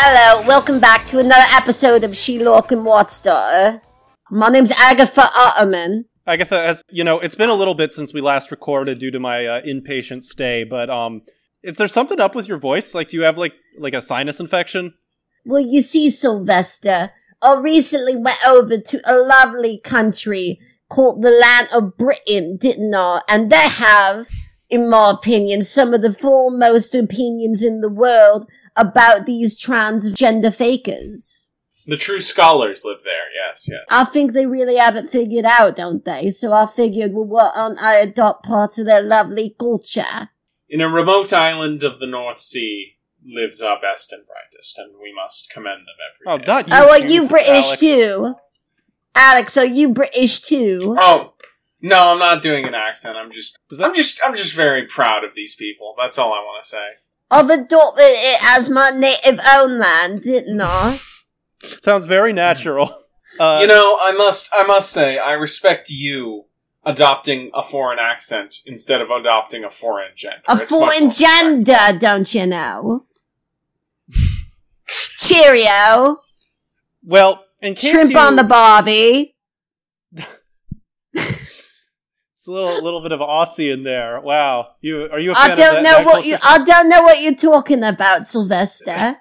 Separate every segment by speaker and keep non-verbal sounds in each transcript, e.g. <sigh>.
Speaker 1: Hello, welcome back to another episode of Sherlock and Watt's Daughter. My name's Agatha Utterman.
Speaker 2: Agatha, uh, as you know, it's been a little bit since we last recorded due to my uh, inpatient stay, but um, is there something up with your voice? Like, do you have like like a sinus infection?
Speaker 1: Well, you see, Sylvester, I recently went over to a lovely country called the land of Britain, didn't I? And they have, in my opinion, some of the foremost opinions in the world about these transgender fakers.
Speaker 3: The true scholars live there. Yes, yes.
Speaker 1: I think they really have it figured out, don't they? So I figured, well, why don't I adopt parts of their lovely culture?
Speaker 3: In a remote island of the North Sea lives our best and brightest, and we must commend them
Speaker 2: Oh,
Speaker 3: every day.
Speaker 2: not you.
Speaker 1: oh, are you
Speaker 2: Alex.
Speaker 1: British too? Alex, are you British too?
Speaker 3: Oh, no, I'm not doing an accent. I'm just,
Speaker 2: Is
Speaker 3: I'm
Speaker 2: that-
Speaker 3: just, I'm just very proud of these people. That's all I want to say.
Speaker 1: I've adopted it as my native own land, didn't I?
Speaker 2: sounds
Speaker 1: <laughs>
Speaker 2: very natural. Uh,
Speaker 3: you know, I must, I must say, I respect you adopting a foreign accent instead of adopting a foreign gender.
Speaker 1: A
Speaker 3: It's much
Speaker 1: foreign
Speaker 3: more
Speaker 1: gender, don't you
Speaker 2: <laughs>
Speaker 1: know? Cheerio.
Speaker 2: well, in case
Speaker 1: Shrimp
Speaker 2: you,
Speaker 1: on the Barbie.
Speaker 2: it's a little little bit of Aussie in there. Wow, you are you? A fan
Speaker 1: I
Speaker 2: of
Speaker 1: don't
Speaker 2: that-
Speaker 1: know
Speaker 2: that
Speaker 1: what
Speaker 2: culture?
Speaker 1: you I don't know what you're talking about, Sylvester.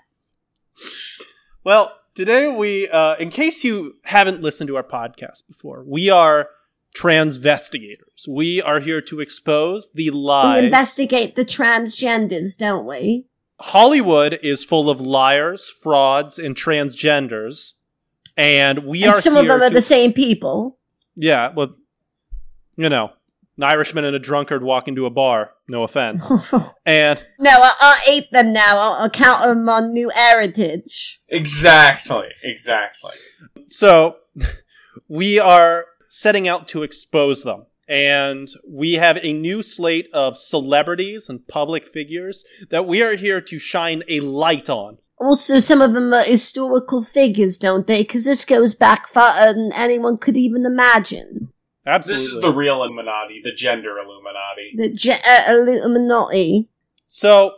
Speaker 2: Well, today we, uh, in case you haven't listened to our podcast before, we are transvestigators. We are here to expose the
Speaker 1: We
Speaker 2: lies.
Speaker 1: investigate the transgenders, don't we?
Speaker 2: Hollywood is full of liars, frauds, and transgenders, and we
Speaker 1: and
Speaker 2: are.
Speaker 1: some of
Speaker 2: here
Speaker 1: them are
Speaker 2: to-
Speaker 1: the same people. <laughs>
Speaker 2: Yeah, well, you know, an Irishman and a drunkard walk into a bar. No
Speaker 1: <laughs>
Speaker 2: offense, and
Speaker 1: No, I, I ate them now. I'll, I'll count them on new heritage.
Speaker 3: Exactly, exactly.
Speaker 2: so <laughs> we are setting out to expose them. And we have a new slate of celebrities and public figures that we are here to shine a light on.
Speaker 1: Also, some of them are historical figures, don't they? Because this goes back far than anyone could even imagine.
Speaker 2: Absolutely.
Speaker 3: This is the real Illuminati, the gender Illuminati.
Speaker 1: The J- uh, Illuminati.
Speaker 2: So,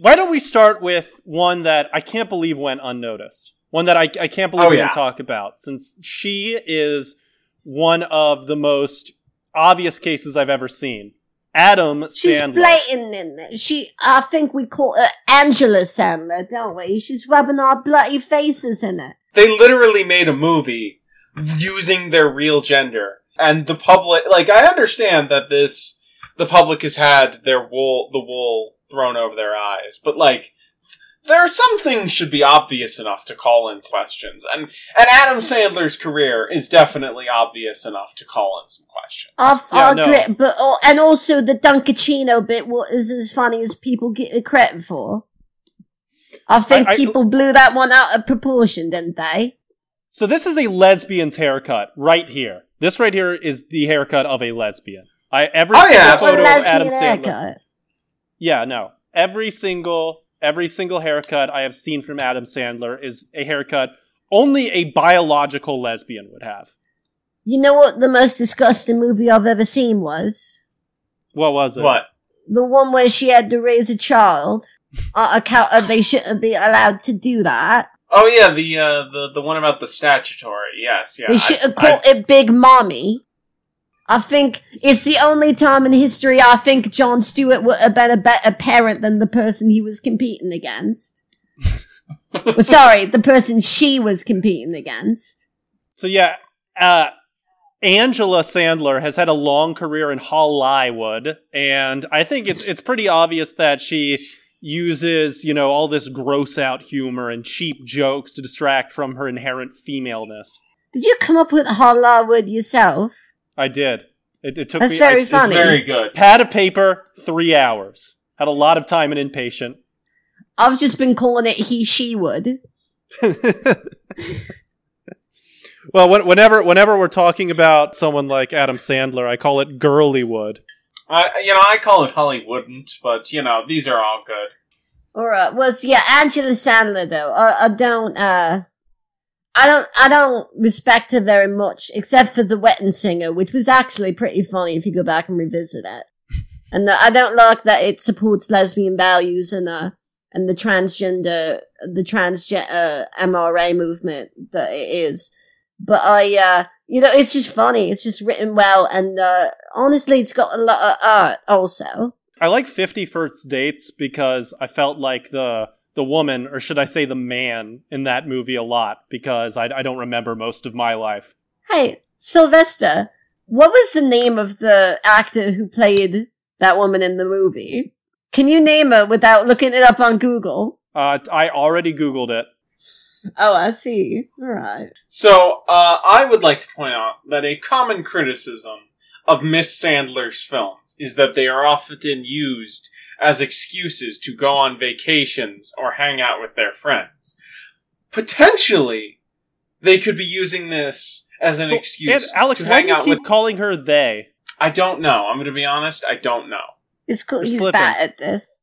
Speaker 2: why don't we start with one that I can't believe went unnoticed? One that I, I can't believe
Speaker 3: Oh,
Speaker 2: we
Speaker 3: yeah.
Speaker 2: didn't talk about, since she is one of the most obvious cases I've ever seen. Adam
Speaker 1: She's
Speaker 2: Sandler.
Speaker 1: blatant in it. She, I think we call her Angela Sandler, don't we? She's rubbing our bloody faces in it.
Speaker 3: They literally made a movie using their real gender, and the public. Like, I understand that this, the public has had their wool, the wool thrown over their eyes, but like. There are some things should be obvious enough to call in questions, and and Adam Sandler's career is definitely obvious enough to call in some questions.
Speaker 1: I'll,
Speaker 2: Yeah,
Speaker 1: I'll
Speaker 2: no.
Speaker 1: grit, but oh, and also the Dunkachino bit wa- is as funny as people get the credit for. I think
Speaker 2: I-
Speaker 1: people blew that one out of proportion, didn't they?
Speaker 2: So, this is a lesbian's haircut right here. This right here is the haircut of a lesbian. I every
Speaker 3: Oh,
Speaker 2: single
Speaker 3: yeah,
Speaker 1: It's a
Speaker 2: photo of Adam
Speaker 1: lesbian
Speaker 2: Sandler.
Speaker 1: haircut.
Speaker 2: Yeah, no. Every single every single haircut I have seen from Adam Sandler is a haircut only a biological lesbian would have.
Speaker 1: You know what the most disgusting movie I've ever seen was?
Speaker 2: What was it?
Speaker 3: What?
Speaker 1: The one where she had to raise a child on account of uh, they shouldn't be allowed to do that.
Speaker 3: Oh yeah, the uh, the the one about the statutory. Yes, yeah. I-
Speaker 1: they should have
Speaker 3: I-
Speaker 1: called it Big Mommy. I think it's the only time in history I think John Stewart would have been a better parent than the person he was competing
Speaker 3: <laughs>
Speaker 1: against. Well, Sorry, the person she was competing against.
Speaker 2: So yeah, uh, Angela Sandler has had a long career in Hollywood, and I think it's it's pretty obvious that she uses you know all this gross out humor and cheap jokes to distract from her inherent femaleness.
Speaker 1: Did you come up with Hollywood yourself?
Speaker 2: I did. It, it took
Speaker 1: That's
Speaker 2: me.
Speaker 1: very
Speaker 2: I- it's
Speaker 1: funny.
Speaker 3: very good.
Speaker 2: Pad of paper, three hours. Had a lot of time and
Speaker 3: <laughs>
Speaker 2: inpatient.
Speaker 1: I've just been calling it he she would.
Speaker 2: well, when, whenever whenever we're talking about someone like Adam Sandler, I call it Girlywood.
Speaker 3: Uh, you know, I call it Hollywoodn't, but you know, these are all good.
Speaker 1: All right. uh, Well, so yeah, Angela Sandler though. I, I don't. uh I don't. I don't respect her very much, except for the Wedding Singer, which was actually pretty funny if you go back and revisit it. And uh, I don't like that it supports lesbian values and uh, and the transgender, the transgender uh, MRA movement that it is. But I, uh, you know, it's just funny. It's just written well, and uh, honestly, it's got a lot of art also.
Speaker 2: I like 50 First Dates because I felt like the the woman, or should I say the man, in that movie a lot because I, I don't remember most of my life.
Speaker 1: Hey, Sylvester, what was the name of the actor who played that woman in the movie? Can you name her without looking it up on Google?
Speaker 2: Uh, I already Googled it.
Speaker 1: Oh, I see. All right.
Speaker 3: So, uh, I would like to point out that a common criticism of Miss Sandler's films is that they are often used as excuses to go on vacations or hang out with their friends. Potentially, they could be using this as an
Speaker 2: So,
Speaker 3: excuse
Speaker 2: and Alex,
Speaker 3: to
Speaker 2: why do
Speaker 3: hang
Speaker 2: you
Speaker 3: out
Speaker 2: keep
Speaker 3: with.
Speaker 2: calling her they?
Speaker 3: I don't know. I'm going to be honest. I don't know.
Speaker 1: It's cool.
Speaker 2: You're
Speaker 1: He's
Speaker 2: slipping.
Speaker 1: bad at this.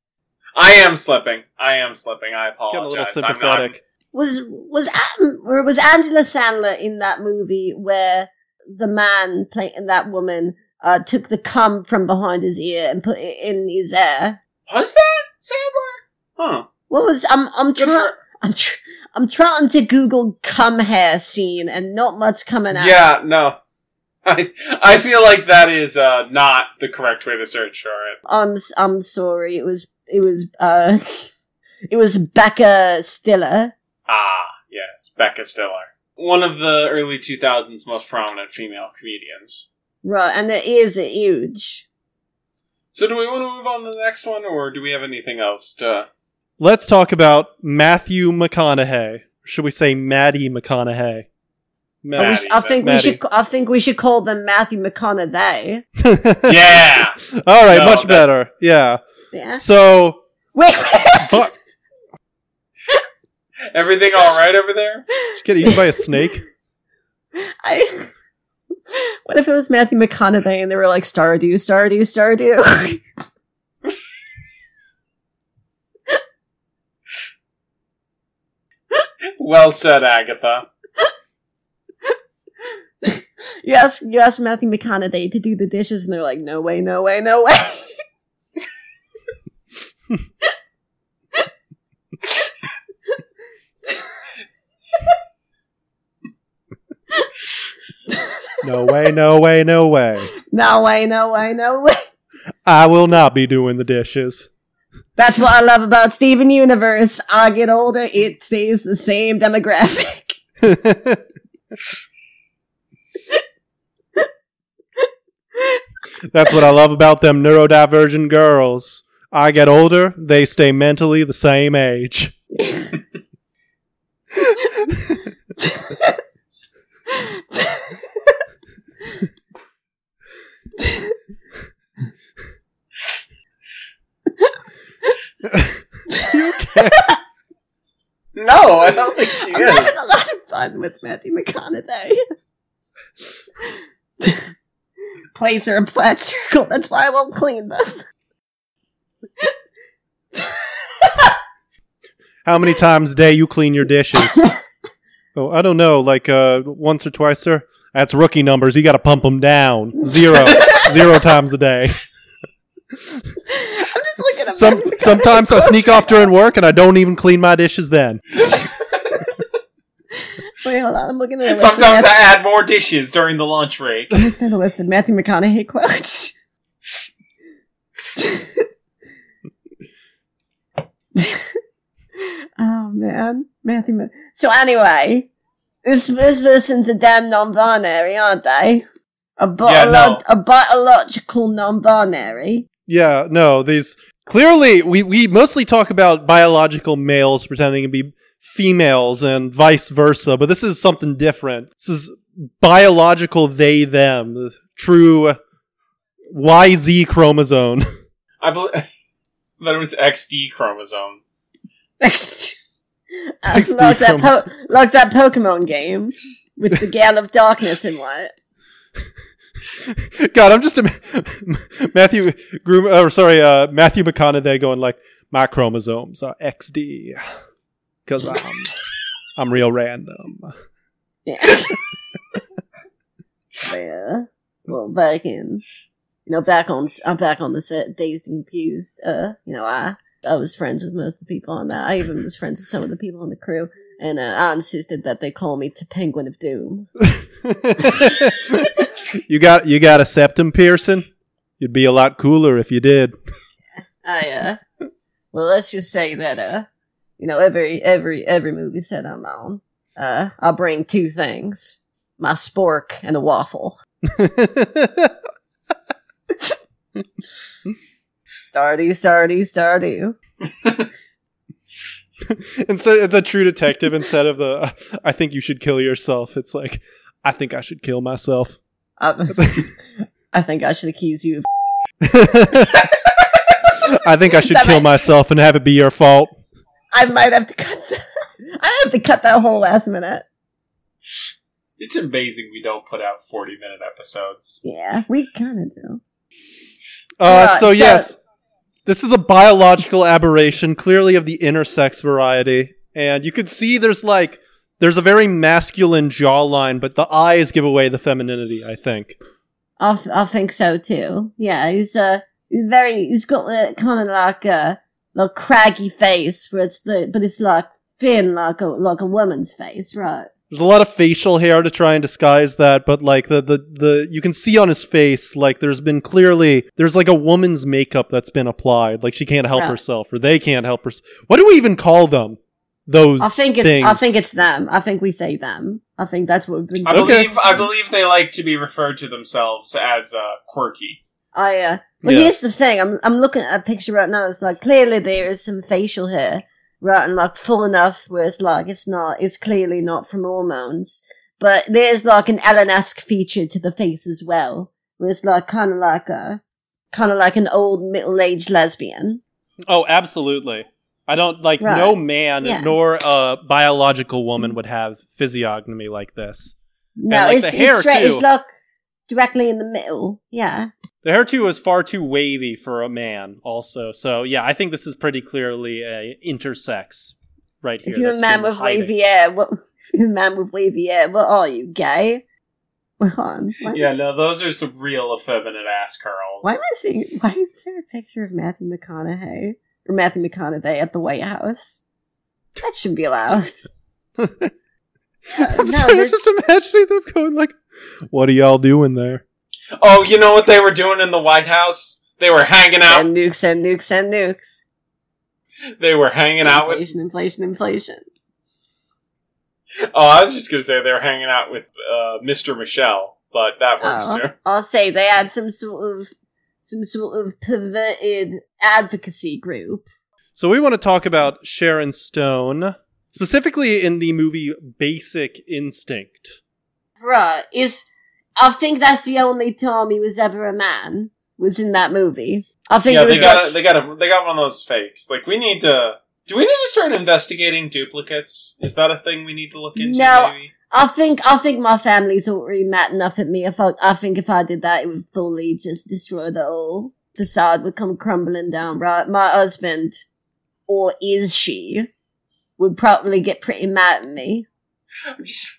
Speaker 3: I am slipping. I am slipping. I
Speaker 2: It's getting a little
Speaker 3: apologize. I'm not.
Speaker 2: sympathetic.
Speaker 1: Was was Am- or was Angela Sandler in that movie where the man playing that woman uh, took the cum from behind his ear and put it in his hair?
Speaker 3: Was that Sandler? Huh.
Speaker 1: What was I'm I'm
Speaker 3: Good
Speaker 1: trying
Speaker 3: for-
Speaker 1: I'm tr- I'm trying to Google cum hair scene and not much coming out.
Speaker 3: Yeah, no. <laughs> I I feel like that is uh, not the correct way to search for it.
Speaker 1: I'm s- I'm sorry. It was it was uh <laughs> it was Becca Stiller.
Speaker 3: Ah, yes, Becca Stiller, one of the early 2000s most prominent female comedians.
Speaker 1: Right, and it is huge.
Speaker 3: So, do we want to move on to the next one, or do we have anything else to?
Speaker 2: Let's talk about Matthew McConaughey. Should we say Maddie McConaughey?
Speaker 1: I
Speaker 2: Matt-
Speaker 1: wish- I think we
Speaker 2: Maddie.
Speaker 1: should ca- I think we should call them Matthew McConaughey.
Speaker 3: <laughs> yeah,
Speaker 2: <laughs> All right,
Speaker 3: No,
Speaker 2: much
Speaker 3: that-
Speaker 2: better. Yeah.
Speaker 1: Yeah. <laughs>
Speaker 2: So,
Speaker 1: Wait.
Speaker 2: but,
Speaker 3: everything all right over there?
Speaker 2: get eaten by a snake.
Speaker 1: I, <laughs> what if it was Matthew McConaughey and they were like Stardew, Stardew, Stardew? <laughs>
Speaker 3: Well said, Agatha.
Speaker 1: you ask you ask Matthew McConaughey to do the dishes and they're like, no way, no way, no way.
Speaker 2: No way, no way, no way.
Speaker 1: No way, no way, no way.
Speaker 2: I will not be doing the dishes.
Speaker 1: <laughs> That's what I love about Steven Universe. I get older, it stays the same demographic. <laughs>
Speaker 2: That's what I love about them neurodivergent girls. I get older, they stay mentally the same age.
Speaker 3: No, I don't <laughs> think she
Speaker 1: I'm having a
Speaker 3: is.
Speaker 1: lot of fun with Matthew McConaughey. <laughs> Plates are a flat circle. That's why I won't clean them. <laughs>
Speaker 2: How many times a day you clean your dishes? oh, I don't know, like uh, once or twice, sir. That's rookie numbers. You got to pump them down. Zero, zero times a day.
Speaker 1: I'm just looking at
Speaker 2: Some
Speaker 1: Matthew McConaughey
Speaker 2: sometimes I
Speaker 1: quotes
Speaker 2: sneak
Speaker 1: right
Speaker 2: off during work and I don't even clean my dishes then.
Speaker 1: now. <laughs> Wait, hold on. I'm looking at a list, of
Speaker 3: Sometimes I
Speaker 1: Matthew,
Speaker 3: add more dishes during the lunch break.
Speaker 1: at a list of Matthew McConaughey quotes. oh man, Matthew. Ma- so anyway, this this person's a damn non-binary, aren't they? A bottle,
Speaker 3: no.
Speaker 1: a biological non-binary.
Speaker 2: Yeah, no, these clearly we, we mostly talk about biological males pretending to be females and vice versa, but this is something different. This is biological they them, the true YZ chromosome.
Speaker 3: I believe <laughs> that it was XD chromosome.
Speaker 1: Next, Uh,
Speaker 2: Next
Speaker 1: like that,
Speaker 2: decom-
Speaker 1: po- like that Pokemon game with the Gale of Darkness and what.
Speaker 2: <laughs> God, I'm just ima- Matthew Groom or sorry, uh, Matthew McConaughey going like my chromosomes are XD cuz I'm I'm real random. <laughs>
Speaker 1: Yeah. <laughs> yeah. Well, back in, you know, back on, I'm back on the set, dazed and confused. Uh, you know, I I was friends with most of the people on that. I even was friends with some of the people on the crew, and uh, I insisted that they call me to Penguin of Doom.
Speaker 2: you got you got a septum piercing. You'd be a lot cooler if you did. <laughs>
Speaker 1: I uh, well, let's just say that uh, you know, every every every movie set I'm on, uh, I bring two things: my spork and a waffle. Stardew, Stardew, Stardew.
Speaker 2: Instead, the True Detective instead of the "I think you should kill yourself," it's like "I think I should kill myself." <laughs>
Speaker 1: I, Um, <laughs> I think I should accuse you of.
Speaker 2: I think I should
Speaker 1: That
Speaker 2: kill
Speaker 1: might-
Speaker 2: myself and have it be your fault.
Speaker 1: I might have to cut. That. <laughs> I have to cut that whole last minute.
Speaker 3: It's amazing we don't put out 40 minute episodes.
Speaker 1: Yeah, we kind of do.
Speaker 2: Uh,
Speaker 1: Yeah,
Speaker 2: so,
Speaker 1: so-
Speaker 2: yes, this is a biological aberration, clearly of the intersex variety, and you can see there's like there's a very masculine jawline, but the eyes give away the femininity. I think.
Speaker 1: I, th- I think so too. Yeah, he's uh he's very he's got uh, kind of like a like craggy face, but it's the but it's like thin like a like a woman's face, right?
Speaker 2: There's a lot of facial hair to try and disguise that, but like the the the you can see on his face like there's been clearly there's like a woman's makeup that's been applied. Like she can't help
Speaker 1: Right.
Speaker 2: herself or they can't help her. What do we even call them? Those
Speaker 1: I think it's
Speaker 2: things.
Speaker 1: I think it's them. I think we say them. I think that's what we've been.
Speaker 3: I
Speaker 2: Okay.
Speaker 3: believe I believe they like to be referred to themselves as uh, quirky.
Speaker 1: I uh, well,
Speaker 2: Yeah.
Speaker 1: here's the thing. I'm I'm looking at a picture right now. It's like clearly there is some facial hair, right, and like full enough where it's like it's not. It's clearly not from hormones, but there's like an Ellen-esque feature to the face as well, where it's like kind of like a kind of like an old middle-aged lesbian.
Speaker 2: Oh, absolutely. I don't like
Speaker 1: Right.
Speaker 2: no man
Speaker 1: Yeah.
Speaker 2: nor a biological woman would have physiognomy like this.
Speaker 1: No,
Speaker 2: like,
Speaker 1: it's
Speaker 2: the hair,
Speaker 1: it's straight. It's
Speaker 2: too.
Speaker 1: like directly in the middle. Yeah,
Speaker 2: The hair too is far too wavy for a man also. So yeah, I think this is pretty clearly a intersex right here.
Speaker 1: if you're a
Speaker 2: that's
Speaker 1: man
Speaker 2: been
Speaker 1: with
Speaker 2: hiding.
Speaker 1: wavy hair, what <laughs> if you're a man with wavy hair? What are you gay? <laughs> Hold on. Why-
Speaker 3: Yeah, no,
Speaker 2: uh,
Speaker 3: those are some real effeminate ass curls.
Speaker 1: Why am I seeing? <laughs> Why is there a picture of Matthew McConaughey or Matthew McConaughey at the White House? That should be
Speaker 2: <laughs>
Speaker 1: allowed. Uh,
Speaker 2: I'm
Speaker 1: no,
Speaker 2: sorry,
Speaker 1: they're-
Speaker 2: I'm just imagining them going like, "What are y'all doing there?"
Speaker 3: Oh, you know what they were doing in the White House? They were hanging out.
Speaker 1: send nukes, send nukes, send nukes.
Speaker 3: They were hanging out with.
Speaker 1: inflation, inflation, inflation.
Speaker 3: Oh, I was just gonna say they were hanging out with uh, Mr. Michelle, but that works
Speaker 1: Oh.
Speaker 3: too.
Speaker 1: I'll say they had some sort of some sort of perverted advocacy group.
Speaker 2: So we want to talk about Sharon Stone specifically in the movie Basic
Speaker 1: <laughs>
Speaker 2: Instinct. <laughs>
Speaker 1: Bruh, is I think that's the only time he was ever a man was in that movie. I think
Speaker 3: Yeah,
Speaker 1: it was
Speaker 3: they got a, they got a, they got one of those fakes. Like we need to. Do we need to start investigating duplicates? Is that a thing we need to look into?
Speaker 1: No.
Speaker 3: Maybe?
Speaker 1: I think I think my family's already mad enough at me. If I, I think if I did that, it would fully just destroy the whole facade. Would come crumbling down. Right, my husband, or is she, would probably get pretty mad at me.
Speaker 3: I'm just-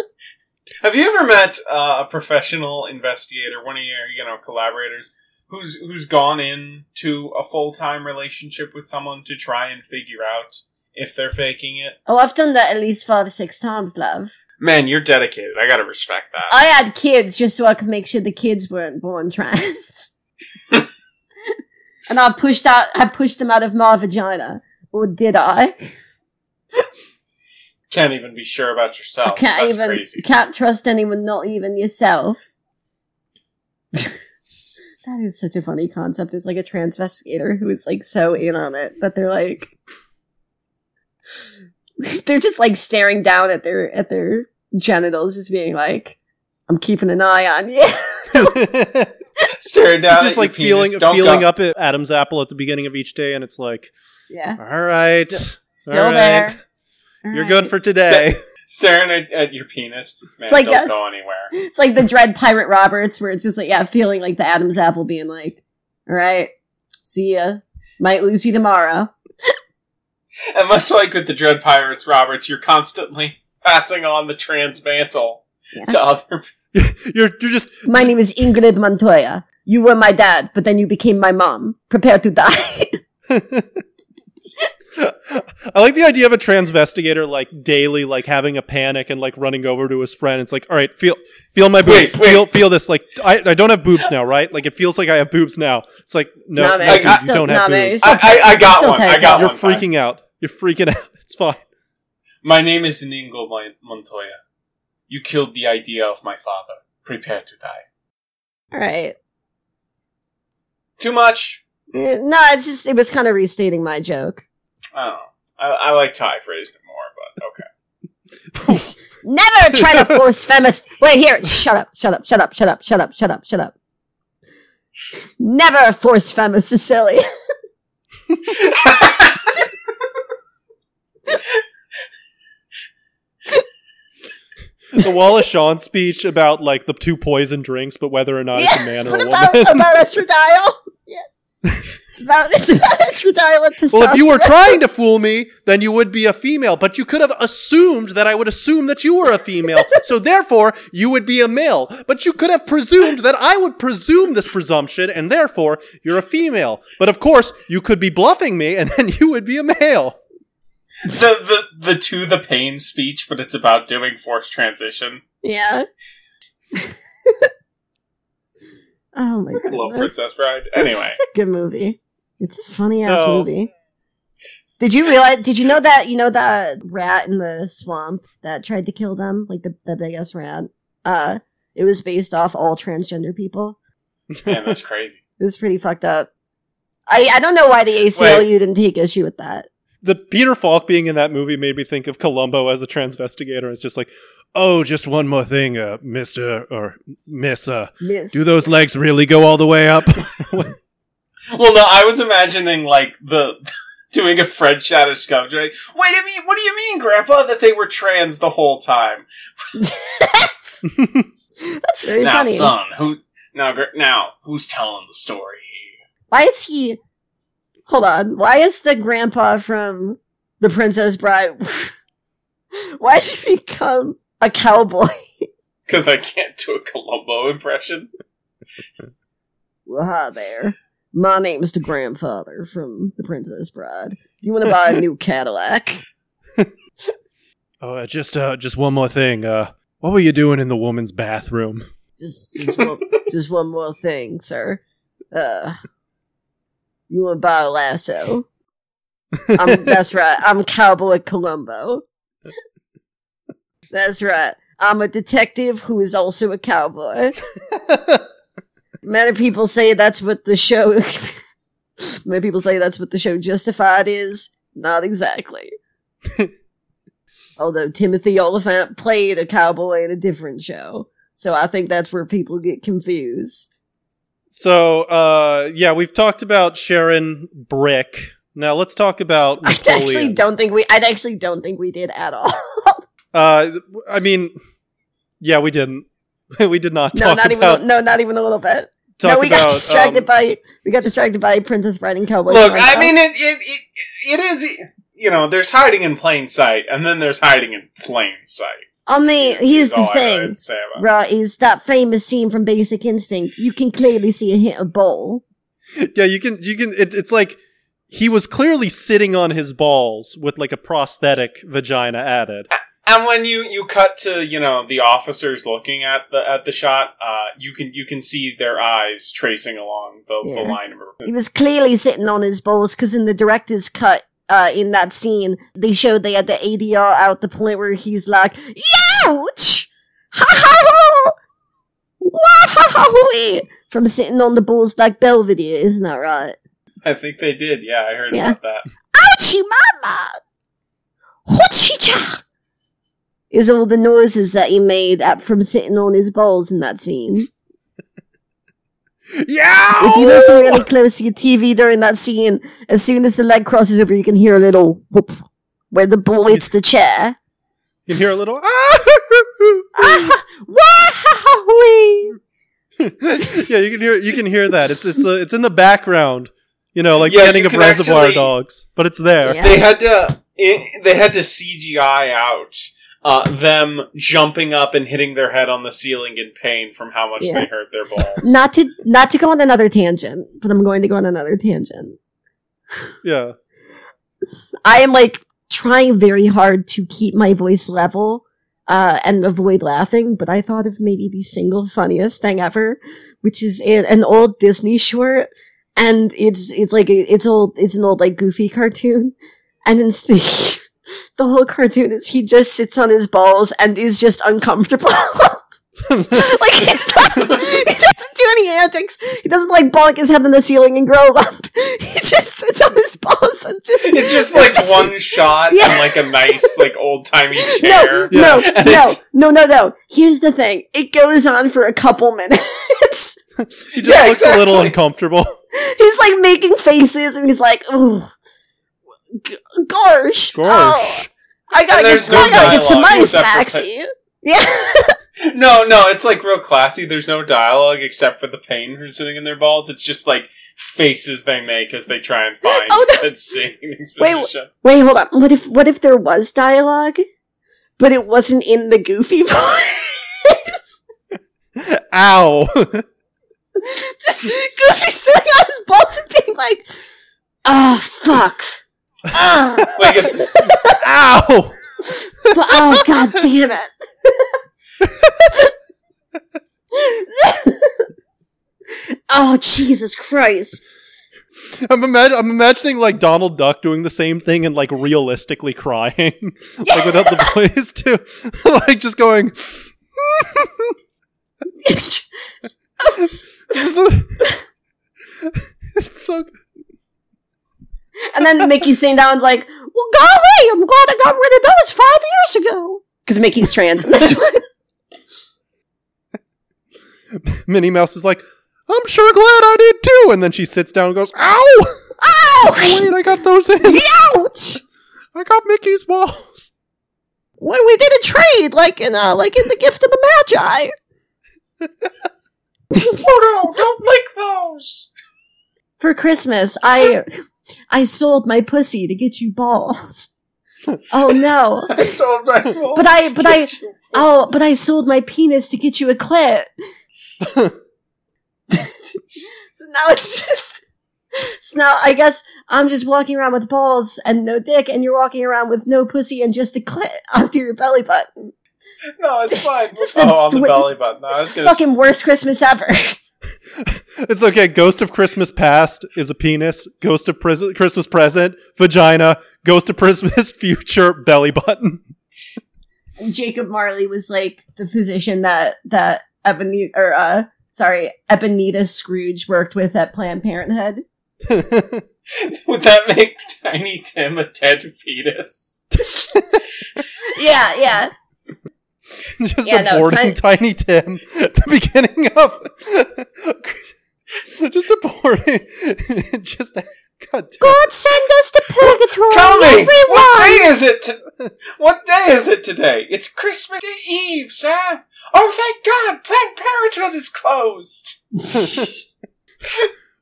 Speaker 3: <laughs> Have you ever met uh, a professional investigator, one of your you know collaborators, who's who's gone into a full time relationship with someone to try and figure out if they're faking it?
Speaker 1: Oh, I've done that at least five or six times, love.
Speaker 3: Man, you're dedicated. I gotta respect that.
Speaker 1: I had kids just so I could make sure the kids weren't born trans. <laughs> and I pushed out, I pushed them out of my vagina, or did I?
Speaker 3: Can't even be sure about
Speaker 2: Oh,
Speaker 3: yourself.
Speaker 1: I can't
Speaker 3: That's
Speaker 1: even <laughs>
Speaker 3: crazy.
Speaker 1: can't trust anyone, not even
Speaker 2: <laughs>
Speaker 1: yourself. that is such a funny concept. It's like a transvestigator who is like so in on it that they're like <laughs> they're just like staring down at their at their genitals, just being like, "I'm keeping an eye on you." <laughs>
Speaker 3: Staring down,
Speaker 2: just
Speaker 3: at
Speaker 2: like
Speaker 3: your penis.
Speaker 2: feeling
Speaker 3: Don't
Speaker 2: feeling
Speaker 3: go-
Speaker 2: up at Adam's apple at the beginning of each day, and it's like,
Speaker 1: yeah,
Speaker 2: all right,
Speaker 1: Still- still
Speaker 2: all right,
Speaker 1: there.
Speaker 2: you're good for today. <laughs>
Speaker 3: staring at, at your penis. Man,
Speaker 1: It's like
Speaker 3: don't
Speaker 1: a-
Speaker 3: go anywhere.
Speaker 1: It's like the Dread Pirate Roberts, where it's just like, yeah, feeling like the Adam's apple being like, all right, see ya. Might lose you tomorrow.
Speaker 3: And much like with the Dread Pirates, Roberts, you're constantly <laughs> passing on the trans mantle
Speaker 1: Yeah.
Speaker 3: to other
Speaker 2: you're you're just
Speaker 1: My name is Ingrid Montoya. You were my dad, but then you became my mom. Prepare to die.
Speaker 2: <laughs>
Speaker 1: <laughs>
Speaker 2: I like the idea of a transvestigator like daily like having a panic and like running over to his friend. It's like, all right, feel feel my boobs,
Speaker 3: Wait, wait.
Speaker 2: feel feel this. Like I, I don't have boobs now, right? Like it feels like I have boobs now. It's like no,
Speaker 1: Nah,
Speaker 2: no,
Speaker 1: man,
Speaker 2: dude,
Speaker 3: you're
Speaker 2: you
Speaker 1: still-
Speaker 2: don't have
Speaker 1: nah, man,
Speaker 2: boobs.
Speaker 1: you're
Speaker 3: I, I, I got
Speaker 1: Still
Speaker 3: one. I
Speaker 1: ties
Speaker 3: got
Speaker 1: up.
Speaker 2: You're
Speaker 3: one. Ty.
Speaker 2: freaking out. You're freaking <laughs> out. It's fine.
Speaker 3: My name is Ningo Mon- Montoya. You killed the idea of my father. Prepare to die.
Speaker 1: All right.
Speaker 3: Too much?
Speaker 1: Eh, No, it's just it was kind of restating my joke.
Speaker 3: I don't know. I, I like Ty phrased it more, but okay.
Speaker 1: Never try to <laughs> force feminist. Wait, here. Shut up. Shut up. Shut up. Shut up. Shut up. Shut up. Shut up. Never force feminist Sicily.
Speaker 2: The Wallace Shawn speech about like the two poison drinks, but whether or not it's a man or a
Speaker 1: What
Speaker 2: woman.
Speaker 1: about
Speaker 2: <laughs>
Speaker 1: about estradiol? Yeah. It's about it's about estradiol and testosterone.
Speaker 2: Well, if you were trying to fool me, then you would be a female, but you could have assumed that I would assume that you were a female. so therefore, you would be a male. But you could have presumed that I would presume this presumption, and therefore, you're a female. But of course, you could be bluffing me, and <laughs> then you would be a male.
Speaker 3: the, the, the to the pain speech, but it's about doing forced transition.
Speaker 1: yeah. <laughs> oh my
Speaker 3: Hello,
Speaker 1: goodness.
Speaker 3: Princess Bride.
Speaker 1: <laughs>
Speaker 3: Anyway.
Speaker 1: It's a good movie. It's a funny ass
Speaker 2: So-
Speaker 1: movie. Did you realize? Did you know that? You know that rat in the swamp that tried to kill them, like the the big ass rat. Uh, it was based off all transgender people.
Speaker 3: Man, that's crazy.
Speaker 1: It was pretty fucked up. I I don't know why the ACLU didn't take issue with that.
Speaker 2: The Peter Falk being in that movie made me think of Columbo as a transvestigator. It's just like, oh, just one more thing, uh, Mister or Miss. Uh,
Speaker 1: Miss.
Speaker 2: do those legs really go all the way up?
Speaker 3: Well, no, I was imagining, like, the. <laughs> Doing a French shadow scum drink. Wait a minute, what do you mean, Grandpa, that they were trans the whole time?
Speaker 1: <laughs> That's very
Speaker 3: now,
Speaker 1: funny.
Speaker 3: son, who now gr- now who's telling the story?
Speaker 1: Why is he? Hold on. Why is the grandpa from The Princess Bride? <laughs> why did he become a cowboy? <laughs>
Speaker 3: Because I can't do a Columbo impression.
Speaker 1: Well, hi there. My name's the grandfather from The Princess Bride. Do you want to buy a new Cadillac?
Speaker 2: Oh, uh, just uh, just one more thing. Uh, what were you doing in the woman's bathroom?
Speaker 1: Just, just, one, just one more thing, sir. Uh, you want to buy a lasso? I'm, that's right. I'm Cowboy Columbo. That's right. I'm a detective who is also a cowboy. Many people say that's what the show. <laughs> many people say that's what the show Justified is. Not
Speaker 2: <laughs>
Speaker 1: exactly. Although Timothy Oliphant played a cowboy in a different show, so I think that's where people get confused.
Speaker 2: so, uh, yeah, we've talked about Sharon Brick. Now let's talk about
Speaker 1: I
Speaker 2: Napoleon.
Speaker 1: actually don't think we. I actually don't think we did at
Speaker 2: <laughs>
Speaker 1: all. <laughs>
Speaker 2: Uh, I mean, yeah, we didn't. <laughs> we did not
Speaker 1: no,
Speaker 2: talk
Speaker 1: not even.
Speaker 2: about.
Speaker 1: no, not even a little bit.
Speaker 2: talk
Speaker 1: no, we
Speaker 2: about,
Speaker 1: got distracted
Speaker 2: um,
Speaker 1: by. We got distracted by Princess Bride and Cowboy.
Speaker 3: Look, I
Speaker 1: Carnival.
Speaker 3: mean, it, it it it is you know there's hiding in plain sight, and then there's hiding in plain sight.
Speaker 1: I mean, here's
Speaker 3: is all
Speaker 1: the
Speaker 3: I-
Speaker 1: thing.
Speaker 3: I'd say about it.
Speaker 1: Right, is that famous scene from Basic Instinct. You can clearly see a hit of bowl.
Speaker 2: yeah, you can. You can. It, it's like he was clearly sitting on his balls with like a prosthetic vagina added.
Speaker 3: And when you you cut to you know the officers looking at the at the shot, uh, you can you can see their eyes tracing along the, the
Speaker 1: Yeah.
Speaker 3: line. Of,
Speaker 1: He was clearly sitting on his balls because in the director's cut, uh, in that scene, they showed they had the ADR out the point where he's like, "Youch, ha ha ha, from sitting on the balls like Belvedere, isn't that right?
Speaker 3: I think they did. Yeah, I heard
Speaker 1: Yeah.
Speaker 3: about that.
Speaker 1: Ouchie mama! Hoochie-cha! Is all the noises that he made up from sitting on his balls in that scene.
Speaker 2: Yeah.
Speaker 1: If you listen really close to your TV during that scene, as soon as the leg crosses over, you can hear a little whoop where the ball hits the chair.
Speaker 2: You can hear a little. <laughs>
Speaker 1: Ah, wah-ha-ha-wee.
Speaker 2: <laughs> yeah, you can hear you can hear that. It's it's uh, it's in the background. You know, like
Speaker 3: Yeah,
Speaker 2: the ending
Speaker 3: you
Speaker 2: of
Speaker 3: can
Speaker 2: Reservoir
Speaker 3: actually-
Speaker 2: Dogs, but it's there.
Speaker 1: Yeah.
Speaker 3: They had to i they had to CGI out uh, them jumping up and hitting their head on the ceiling in pain from how much
Speaker 1: Yeah. <laughs>
Speaker 3: they hurt their balls.
Speaker 1: Not to not to go on another tangent, but I'm going to go on another tangent.
Speaker 2: Yeah.
Speaker 1: I am like trying very hard to keep my voice level uh, and avoid laughing, but I thought of maybe the single funniest thing ever, which is in an old Disney short, and it's it's like a, it's old it's an old like goofy cartoon, and <laughs> it's the the whole cartoon is he just sits on his balls and is just uncomfortable. <laughs> like it's not he doesn't do any antics. He doesn't like bonk his head on the ceiling and grow up. <laughs> He just sits on his balls and just
Speaker 3: It's just like
Speaker 1: just-
Speaker 3: one shot
Speaker 1: Yeah.
Speaker 3: and like a nice, like old timey
Speaker 1: <laughs> no,
Speaker 3: chair.
Speaker 1: no,
Speaker 3: And
Speaker 1: no,
Speaker 3: it's-
Speaker 1: no, no, no. Here's the thing. It goes on for a couple minutes. <laughs>
Speaker 2: He just
Speaker 3: Yeah,
Speaker 2: looks a little
Speaker 3: exactly.
Speaker 2: uncomfortable. <laughs>
Speaker 1: he's like making faces and he's like, ooh, g- gosh.
Speaker 2: Gosh.
Speaker 1: Oh, I gotta,
Speaker 3: And
Speaker 1: get,
Speaker 3: there's no
Speaker 1: I gotta get some
Speaker 3: dialogue
Speaker 1: ice,
Speaker 3: except for
Speaker 1: Maxie. Yeah. <laughs>
Speaker 3: No, no, it's like real classy. There's no dialogue except for the pain who's sitting in their balls. It's just like faces they make as they try and find
Speaker 1: Oh, no.
Speaker 3: that same
Speaker 1: Wait,
Speaker 3: exposition.
Speaker 1: Wait, hold on. What if, what if there was dialogue, but it wasn't in the goofy <laughs> voice?
Speaker 2: Ow. <laughs>
Speaker 1: Just Goofy sitting on his balls and being like, oh, fuck. Oh, <laughs>
Speaker 3: Like it's,
Speaker 2: Ow.
Speaker 1: oh god damn it. oh Jesus Christ.
Speaker 2: I'm, imag- I'm imagining like Donald Duck doing the same thing and like realistically crying, <laughs> like without the voice too, <laughs> like just going. "This is- <laughs> it's so
Speaker 1: and then Mickey sitting down like, well golly, I'm glad I got rid of those five years ago. Because Mickey's trans in this one.
Speaker 2: Minnie Mouse is like, I'm sure glad I did too, and then she sits down and goes, "Ow! Oh,
Speaker 1: Ow!
Speaker 2: wait, I got
Speaker 1: <laughs>
Speaker 2: those in.
Speaker 1: Ouch!
Speaker 2: I got Mickey's balls."
Speaker 1: Well, we did a trade, like in uh, like in the gift of the magi.
Speaker 3: <laughs> oh no, don't lick those!
Speaker 1: For Christmas, I I sold my pussy to get you balls. Oh
Speaker 3: <laughs>
Speaker 1: no.
Speaker 3: I sold my balls.
Speaker 1: But I- but I- Oh, but I sold my penis to get you a
Speaker 3: <laughs>
Speaker 1: clit. so now it's just. So now I guess I'm just walking around with balls and no dick, and you're walking around with no pussy and just a clit onto your belly button.
Speaker 3: No, it's fine.
Speaker 1: This is the-
Speaker 3: oh, on the
Speaker 1: wait,
Speaker 3: belly
Speaker 1: this-
Speaker 3: button. I
Speaker 1: This
Speaker 3: was
Speaker 1: is the
Speaker 3: gonna
Speaker 1: fucking worst Christmas ever.
Speaker 2: <laughs>
Speaker 1: <laughs>
Speaker 2: It's okay. Ghost of Christmas Past is a penis. Ghost of pres- Christmas Present, vagina. Ghost of Christmas <laughs> Future, belly button. <laughs>
Speaker 1: And Jacob Marley was like the physician that that Ebenezer or uh sorry Ebenezer Scrooge worked with at Planned Parenthood.
Speaker 3: Would that make Tiny Tim a dead penis?
Speaker 1: Yeah, yeah.
Speaker 2: Just
Speaker 1: Yeah, no,
Speaker 2: aborting Tiny Tim. <laughs> at The beginning of <laughs> just aborting. <laughs> just God damn.
Speaker 1: God send us to purgatory,
Speaker 3: Tell me, what
Speaker 1: everyone.
Speaker 3: day is it? To- what day is it today? It's Christmas Eve, sir. Oh, thank God, Planned Parenthood is closed.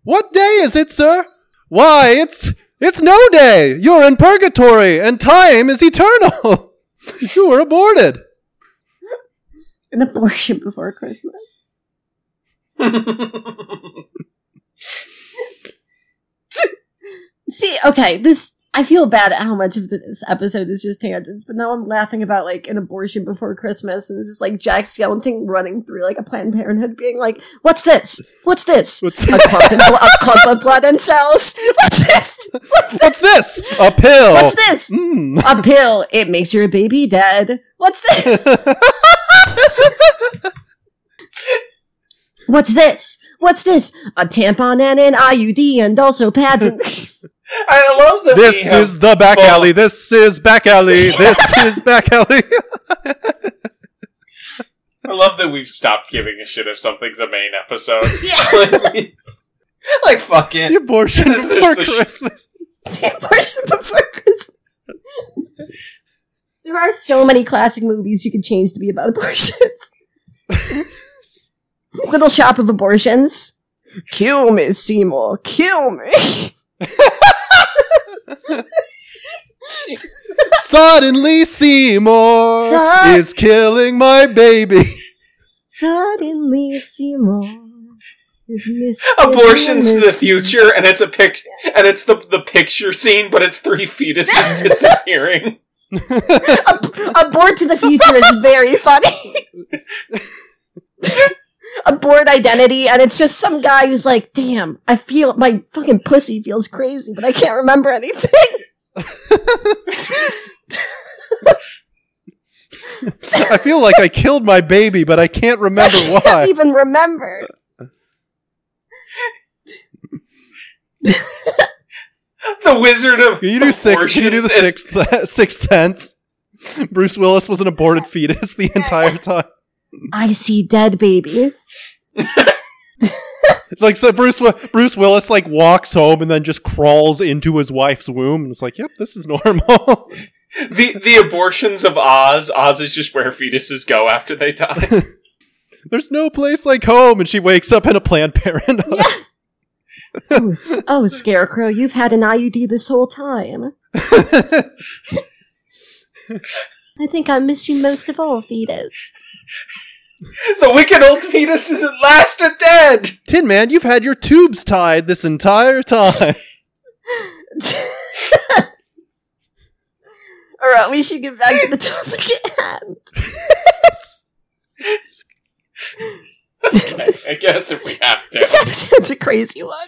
Speaker 2: What day is it, sir? Why, it's it's no day. You're in purgatory, and time is eternal. <laughs> you were aborted.
Speaker 1: An abortion before Christmas. See, okay, this I feel bad at how much of this episode is just tangents, but now I'm laughing about like an abortion before Christmas, and this is like Jack Skellington running through like a Planned Parenthood, being like, "What's this? What's
Speaker 2: <laughs>
Speaker 1: this? Oh,
Speaker 2: What's,
Speaker 1: A clump, of, a clump of blood and cells? What's this?
Speaker 2: what's this? A pill.
Speaker 1: What's this?
Speaker 2: Mm.
Speaker 1: A pill? It makes your baby dead. What's this? What's this? What's this? A tampon and an IUD, and also pads <laughs> and."
Speaker 3: I love that
Speaker 2: <laughs>
Speaker 3: we
Speaker 2: this
Speaker 3: have-
Speaker 2: is the back
Speaker 3: full-
Speaker 2: alley. This is back
Speaker 3: <laughs>
Speaker 2: alley. This is back alley.
Speaker 3: I love that we've stopped giving a shit if something's a main episode.
Speaker 1: Yeah.
Speaker 3: like, we- like, fuck it.
Speaker 2: the abortion
Speaker 3: This is
Speaker 2: before
Speaker 3: the sh-
Speaker 2: Christmas.
Speaker 1: the <laughs> abortion before Christmas. There are so many classic movies you could change to be about <laughs> abortions. Little Shop of Abortions. Kill me, Seymour. Kill me.
Speaker 2: Suddenly, Seymour
Speaker 1: Sud-
Speaker 2: is killing my baby. <laughs>
Speaker 1: Suddenly, Seymour Is Miss
Speaker 3: Abortions to
Speaker 1: Miss-
Speaker 3: the future, and it's a pic, and it's the the picture scene, but it's three fetuses disappearing.
Speaker 1: Ab- abort to the future is very funny. abort identity, and it's just some guy who's like, "Damn, I feel my fucking pussy feels crazy, but I can't remember anything."
Speaker 2: I feel like I killed my baby, but I can't
Speaker 3: <laughs>
Speaker 2: remember
Speaker 1: I can't
Speaker 2: why.
Speaker 1: even remember.
Speaker 3: the Wizard of
Speaker 2: Can you do six? Can you do the
Speaker 3: Abortions is-
Speaker 2: sixth <laughs> sixth sense? Bruce Willis was an aborted fetus the entire time.
Speaker 1: I see dead babies.
Speaker 2: Like so, Bruce Wi- Bruce Willis like walks home and then just crawls into his wife's womb and it's like, "Yep, this is normal." <laughs>
Speaker 3: the the abortions of Oz. Oz is just where fetuses go after they die.
Speaker 2: There's no place like home, and she wakes up in a Planned Parenthood.
Speaker 1: Oh, s- oh, Scarecrow, you've had an IUD this whole time. I think I miss you most of all, fetus. <laughs>
Speaker 3: the wicked old fetus is at last a dead.
Speaker 2: <laughs> Tin Man, you've had your tubes tied this entire <laughs> time.
Speaker 1: All right, we should get back to the topic at hand.
Speaker 3: Okay, <laughs> I guess if we have
Speaker 1: This
Speaker 3: to.
Speaker 1: episode's a crazy one.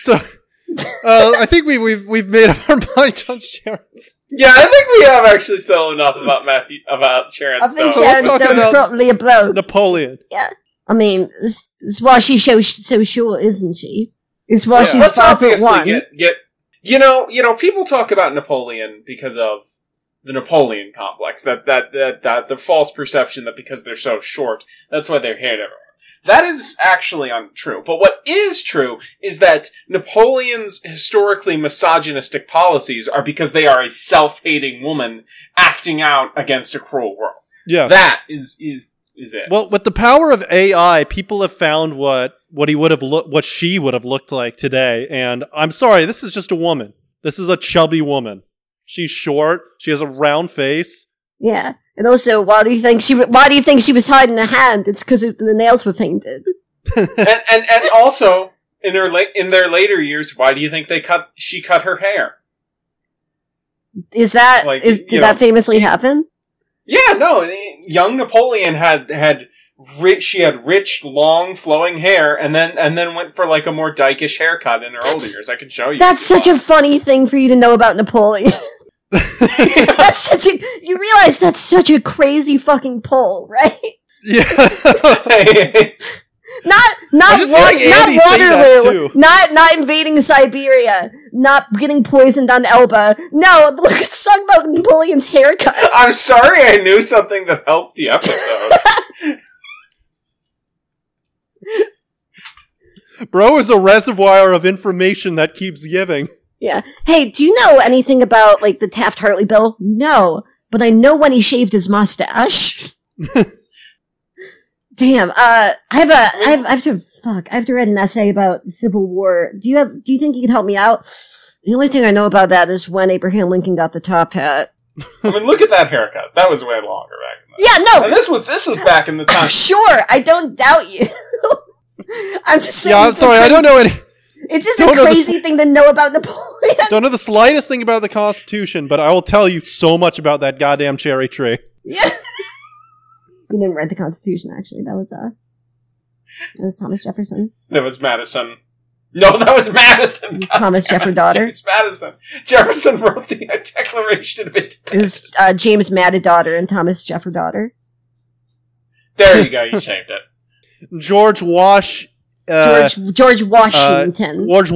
Speaker 2: So, uh, I think we, we've we've made up our <laughs> mind on Sharon.
Speaker 3: Yeah, I think we have actually settled enough about Matthew about Sharon
Speaker 1: I think
Speaker 3: Stone.
Speaker 2: So let's
Speaker 1: Sharon
Speaker 2: talk
Speaker 1: Stone's
Speaker 2: about-
Speaker 1: probably a bloke.
Speaker 2: Napoleon.
Speaker 1: I mean, this, this is why she's so, so short, isn't she? It's why
Speaker 2: Yeah.
Speaker 1: she's
Speaker 3: Let's
Speaker 1: five foot
Speaker 3: obviously
Speaker 1: one.
Speaker 3: get get you know you know people talk about Napoleon because of the Napoleon complex that that that that the false perception that because they're so short that's why they hate everyone. That is actually untrue. But what is true is that Napoleon's historically misogynistic policies are because they are a self-hating woman acting out against a cruel world.
Speaker 2: Yeah.
Speaker 3: That is is is it.
Speaker 2: Oh. Well, with the power of AI, people have found what what he would have looked, what she would have looked like today. And I'm sorry, this is just a woman. This is a chubby woman. She's short. She has a round face.
Speaker 1: Yeah. And also, why do you think she? wa- Why do you think she was hiding the hand? It's because the nails were painted.
Speaker 3: and, and and also in her la- in their later years, why do you think they cut she cut her hair?
Speaker 1: Is that
Speaker 3: Like,
Speaker 1: is-
Speaker 3: you
Speaker 1: did that
Speaker 3: know.
Speaker 1: famously happen?
Speaker 3: Yeah, no, the- young Napoleon had had rich she had rich long flowing hair, and then and then went for like a more dykish haircut in her older
Speaker 1: That's-
Speaker 3: years. I can show you. <laughs>
Speaker 1: That's such a funny thing for you to know about Napoleon. <laughs> that's such a you realize that's such a crazy fucking poll, right?
Speaker 2: Yeah.
Speaker 1: Not
Speaker 2: I
Speaker 1: not
Speaker 2: just
Speaker 1: wa-
Speaker 2: like
Speaker 1: not
Speaker 2: Andy say that
Speaker 1: Waterloo,
Speaker 2: too.
Speaker 1: not not invading Siberia, not getting poisoned on Elba. No, look, it's talking about Napoleon's haircut.
Speaker 3: I'm sorry, I knew something that helped the episode.
Speaker 2: <laughs>
Speaker 1: <laughs>
Speaker 2: Bro is a reservoir of information that keeps giving.
Speaker 1: Yeah. Hey, do you know anything about like the Taft Hartley bill? No, but I know when he shaved his mustache. <laughs> Damn. Uh, I have a, I have, I have to fuck. I have to read an essay about the Civil War. Do you have? Do you think you could help me out? The only thing I know about that is when Abraham Lincoln got the top hat.
Speaker 3: I mean, look at that haircut. That was way longer back. In the-
Speaker 1: Yeah. No.
Speaker 3: And this was this was back in the
Speaker 1: <laughs>
Speaker 3: time.
Speaker 1: Sure. I don't doubt you. <laughs> I'm just saying.
Speaker 2: Yeah, I'm
Speaker 1: it's a
Speaker 2: sorry. I don't know any.
Speaker 1: crazy- It's just
Speaker 2: don't
Speaker 1: a
Speaker 2: know the-
Speaker 1: crazy thing to know about Napoleon.
Speaker 2: <laughs>
Speaker 1: <laughs>
Speaker 2: Don't know the slightest thing about the Constitution, but I will tell you so much about that goddamn cherry tree.
Speaker 1: Yeah. you didn't read the Constitution, actually. That was uh, that was Thomas Jefferson.
Speaker 3: That was Madison. No, that
Speaker 1: <laughs>
Speaker 3: was Madison.
Speaker 1: Thomas Jefferson daughter
Speaker 3: James Madison. Jefferson wrote the Declaration of Independence.
Speaker 1: is uh, James Matta daughter and Thomas Jeffer daughter.
Speaker 3: There you go. You saved it.
Speaker 2: George Wash. Uh,
Speaker 1: George George Washington.
Speaker 2: George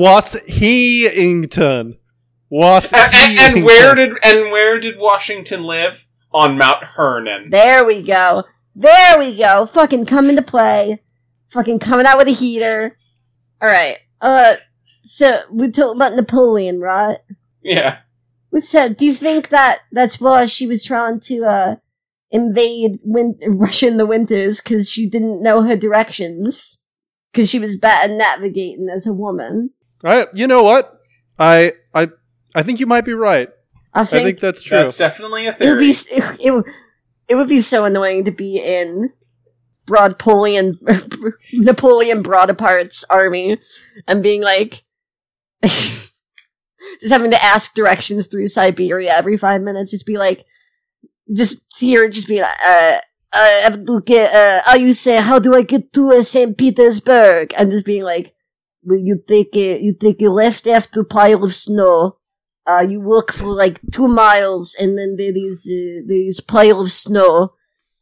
Speaker 2: Washington.
Speaker 3: <laughs>
Speaker 2: Was
Speaker 3: And, and, and where did and where did Washington live? On Mount Hernan.
Speaker 1: there we go. There we go. Fucking coming to play. Fucking coming out with a heater. All right. Uh, so we talked about Napoleon, right?
Speaker 3: Yeah.
Speaker 1: We said, do you think that that's why she was trying to uh, invade win- Russia in the winters because she didn't know her directions? Because she was better navigating as a woman.
Speaker 2: I, you know what? I, I, I think you might be right.
Speaker 1: I think,
Speaker 2: I think that's true.
Speaker 3: That's definitely a
Speaker 1: it would be
Speaker 3: theory.
Speaker 1: s- it, would- it would be so annoying to be in broad Napoleon <laughs> Napoleon Bonaparte's army and being like <laughs> just having to ask directions through Siberia every five minutes, just be like just here just be like uh I have to get, uh, how you say, how do I get to uh, St. Petersburg? And just being like, well, you take a, you take a left after pile of snow. Uh, you walk for like two miles and then there is, uh, there is pile of snow.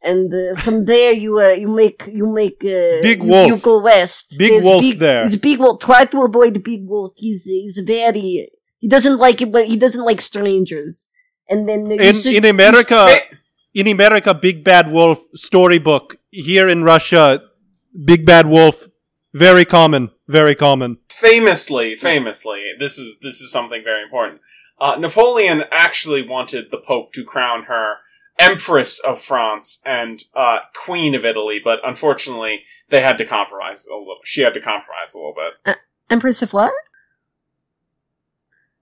Speaker 1: And uh, from there you, uh, you make, you make, uh,
Speaker 2: Big
Speaker 1: you,
Speaker 2: wolf.
Speaker 1: you go west.
Speaker 2: Big
Speaker 1: There's
Speaker 2: wolf there.
Speaker 1: There's a big wolf. Try to avoid the big wolf. He's, he's very, he doesn't like it, but he doesn't like strangers. And then you
Speaker 2: In,
Speaker 1: should-
Speaker 2: in America,
Speaker 3: Fa-
Speaker 2: in America, Big Bad Wolf storybook. Here in Russia, Big Bad Wolf, very common, very common.
Speaker 3: famously, famously, this is this is something very important. Uh, Napoleon actually wanted the Pope to crown her Empress of France and uh, Queen of Italy, but unfortunately, they had to compromise a little. She had to compromise a little bit.
Speaker 1: Empress of what?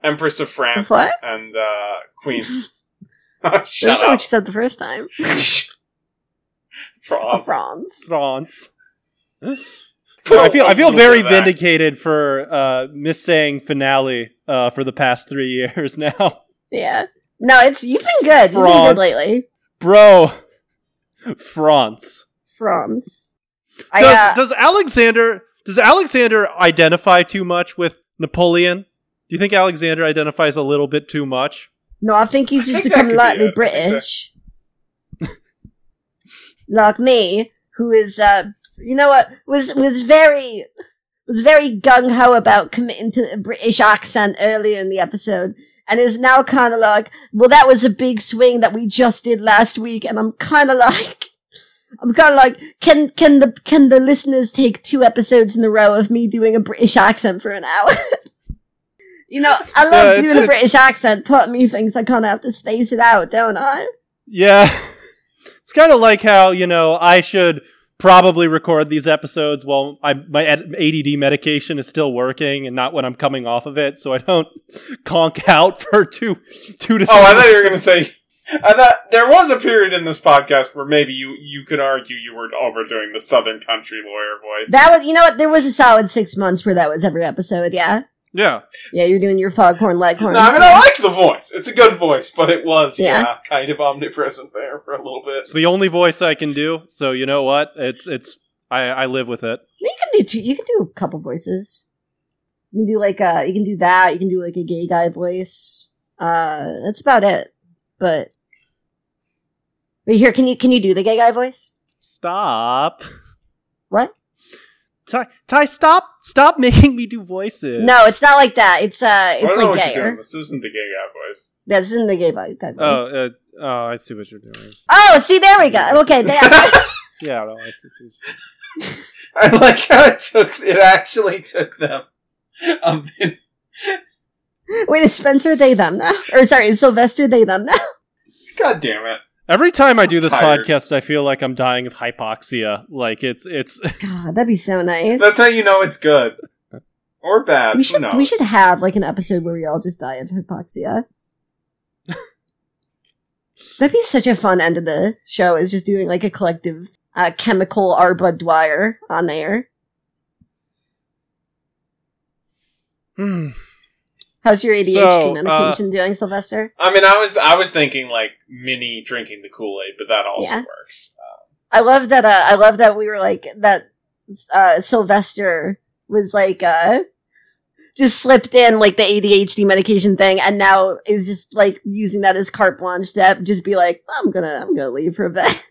Speaker 3: Empress of France
Speaker 1: What?
Speaker 3: and uh, Queen. <laughs>
Speaker 1: That's
Speaker 3: Shut
Speaker 1: not
Speaker 3: up.
Speaker 1: what you said the first time.
Speaker 3: France.
Speaker 1: France.
Speaker 2: France.
Speaker 3: Put
Speaker 2: I feel
Speaker 3: a
Speaker 2: I feel
Speaker 3: little
Speaker 2: very
Speaker 3: bit of that.
Speaker 2: vindicated for uh, missaying finale uh, for the past three <laughs> years now,
Speaker 1: Yeah. No, it's you've been good. You've been
Speaker 2: France.
Speaker 1: good lately.
Speaker 2: bro. France.
Speaker 1: France. I,
Speaker 2: Does,
Speaker 1: uh,
Speaker 2: does Alexander does Alexander identify too much with Napoleon? Do you think Alexander identifies a little bit too much?
Speaker 1: no, I think he's
Speaker 3: I
Speaker 1: just
Speaker 3: think that
Speaker 1: become
Speaker 3: could be
Speaker 1: lightly
Speaker 3: it. I think that-
Speaker 1: British. like me, who is uh you know what was was very was very gung ho about committing to the British accent earlier in the episode, and is now kind of like, well, that was a big swing that we just did last week, and I'm kind of <laughs> like, I'm kind of like, can can the can the listeners take two episodes in a row of me doing a British accent for an hour? <laughs> you know, I love
Speaker 2: Yeah, it's-
Speaker 1: doing a
Speaker 2: it's-
Speaker 1: British accent. Part of me thinks I kind of have to space it out, don't I?
Speaker 2: Yeah. <laughs> It's kind of like how, you know, I should probably record these episodes while I, my ad- ADD medication is still working and not when I'm coming off of it, so I don't <laughs> conk out for two, two to three
Speaker 3: Oh, I thought you were
Speaker 2: weeks.
Speaker 3: going to say. I thought there was a period in this podcast where maybe you you could argue you were overdoing the Southern country lawyer voice.
Speaker 1: That was, you know what? There was a solid six months where that was every episode. Yeah,
Speaker 2: Yeah.
Speaker 1: yeah. You're doing your foghorn leghorn.
Speaker 3: no, I mean I like the voice. It's a good voice, but it was yeah,
Speaker 1: Yeah.
Speaker 3: kind of omnipresent there for a little bit.
Speaker 2: It's the only voice I can do, so you know what? It's, it's, I, I live with it.
Speaker 1: You can do two. You can do a couple voices. You can do like uh, you can do that. You can do like a gay guy voice. Uh, that's about it. But but here, can you can you do the gay guy voice?
Speaker 2: Stop.
Speaker 1: What?
Speaker 2: Ty, Ty, stop, stop <laughs> making me do voices.
Speaker 1: No, it's not like that. It's uh,
Speaker 3: I
Speaker 1: it's
Speaker 3: don't know
Speaker 1: like
Speaker 3: what you're doing.
Speaker 1: gayer.
Speaker 3: This isn't the gay guy voice.
Speaker 1: That's in the gay guy voice. Oh,
Speaker 2: Oh, uh, oh, I see what you're doing.
Speaker 1: see, there we
Speaker 3: <laughs>
Speaker 1: go. Okay, there.
Speaker 2: Yeah, no, I see. what you're doing.
Speaker 3: I like how it took. It actually took them. a minute.
Speaker 1: <laughs> Wait, is Spencer they them <laughs> now? Or sorry, is Sylvester they them <laughs> now?
Speaker 3: God damn it!
Speaker 2: Every time I do
Speaker 3: I'm
Speaker 2: this
Speaker 3: tired.
Speaker 2: podcast, I feel like I'm dying of hypoxia. Like it's it's <laughs>
Speaker 1: God, that'd be so nice.
Speaker 3: That's how you know it's good or
Speaker 1: we
Speaker 3: bad. Uh, Who
Speaker 1: should
Speaker 3: knows?
Speaker 1: we should have like an episode where we all just die of hypoxia. That'd be such a fun end of the show is just doing like a collective uh, chemical Arba Dwyer on air.
Speaker 2: Hmm.
Speaker 1: How's your ADHD
Speaker 2: So, uh,
Speaker 1: medication doing, Sylvester?
Speaker 3: I mean, I was I was thinking like mini drinking the Kool Aid, but that also
Speaker 1: Yeah.
Speaker 3: works.
Speaker 1: I love that. Uh, I love that we were like that. Uh, Sylvester was like uh, just slipped in like the ADHD medication thing, and now is just like using that as carte blanche to just be like, I'm gonna, I'm gonna leave for a bit.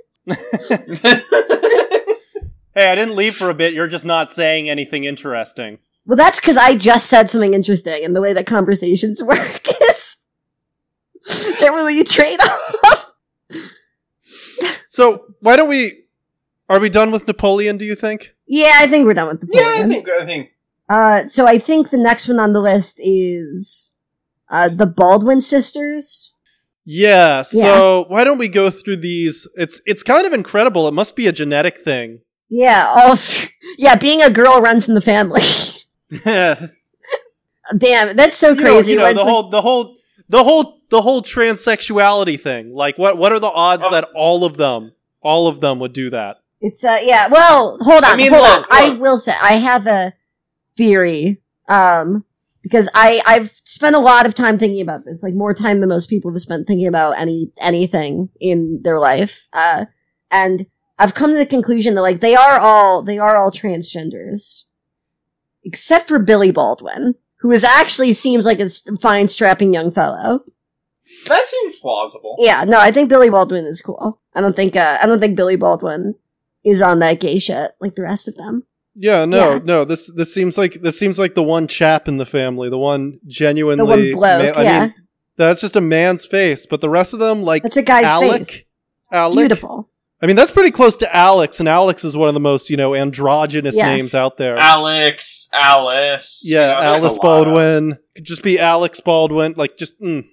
Speaker 2: hey, I didn't leave for a bit. You're just not saying anything interesting.
Speaker 1: Well, that's because I just said something interesting, and the way that conversations <laughs> work is generally you trade <laughs> off.
Speaker 2: So why don't we? Are we done with Napoleon? Do you think?
Speaker 1: yeah, I think we're done with the
Speaker 3: yeah,
Speaker 1: plan.
Speaker 3: I think I think
Speaker 1: Uh, so I think the next one on the list is uh, the Baldwin sisters.
Speaker 2: Yeah. So why don't we go through these? It's it's kind of incredible. It must be a genetic thing. <laughs>
Speaker 1: Yeah, all of- <laughs> yeah, being a girl runs in the family. <laughs>
Speaker 2: Yeah.
Speaker 1: Damn, that's so
Speaker 2: you know,
Speaker 1: crazy.
Speaker 2: you know,
Speaker 1: where it's
Speaker 2: the
Speaker 1: like-
Speaker 2: whole the whole the whole the whole transsexuality thing. Like what what are the odds
Speaker 3: Oh.
Speaker 2: that all of them all of them would do that?
Speaker 1: It's uh yeah. Well, hold on.
Speaker 3: I mean,
Speaker 1: hold
Speaker 3: look,
Speaker 1: on. I
Speaker 3: look.
Speaker 1: will say I have a theory. Um because I I've spent a lot of time thinking about this, like more time than most people have spent thinking about any anything in their life. Uh and I've come to the conclusion that like they are all they are all transgenders. Except for Billy Baldwin, who is actually seems like a s- fine strapping young fellow.
Speaker 3: That seems plausible.
Speaker 1: Yeah, no, I think Billy Baldwin is cool. I don't think uh, I don't think Billy Baldwin is on that gay shit like the rest of them.
Speaker 2: Yeah, no,
Speaker 1: Yeah.
Speaker 2: no. This this seems like this seems like the one chap in the family, the one genuinely.
Speaker 1: The one bloke,
Speaker 2: ma- I
Speaker 1: yeah.
Speaker 2: mean, that's just a man's face, but the rest of them, like
Speaker 1: That's a guy's
Speaker 2: Alec,
Speaker 1: face.
Speaker 2: Alec.
Speaker 1: Beautiful.
Speaker 2: I mean, that's pretty close to Alex, and Alex is one of the most you know androgynous
Speaker 1: Yes.
Speaker 2: names out there.
Speaker 3: Alex, Alice.
Speaker 2: yeah,
Speaker 3: you know, there's
Speaker 2: Alice
Speaker 3: a lot of-
Speaker 2: Baldwin. Could just be Alex Baldwin. Like just mm,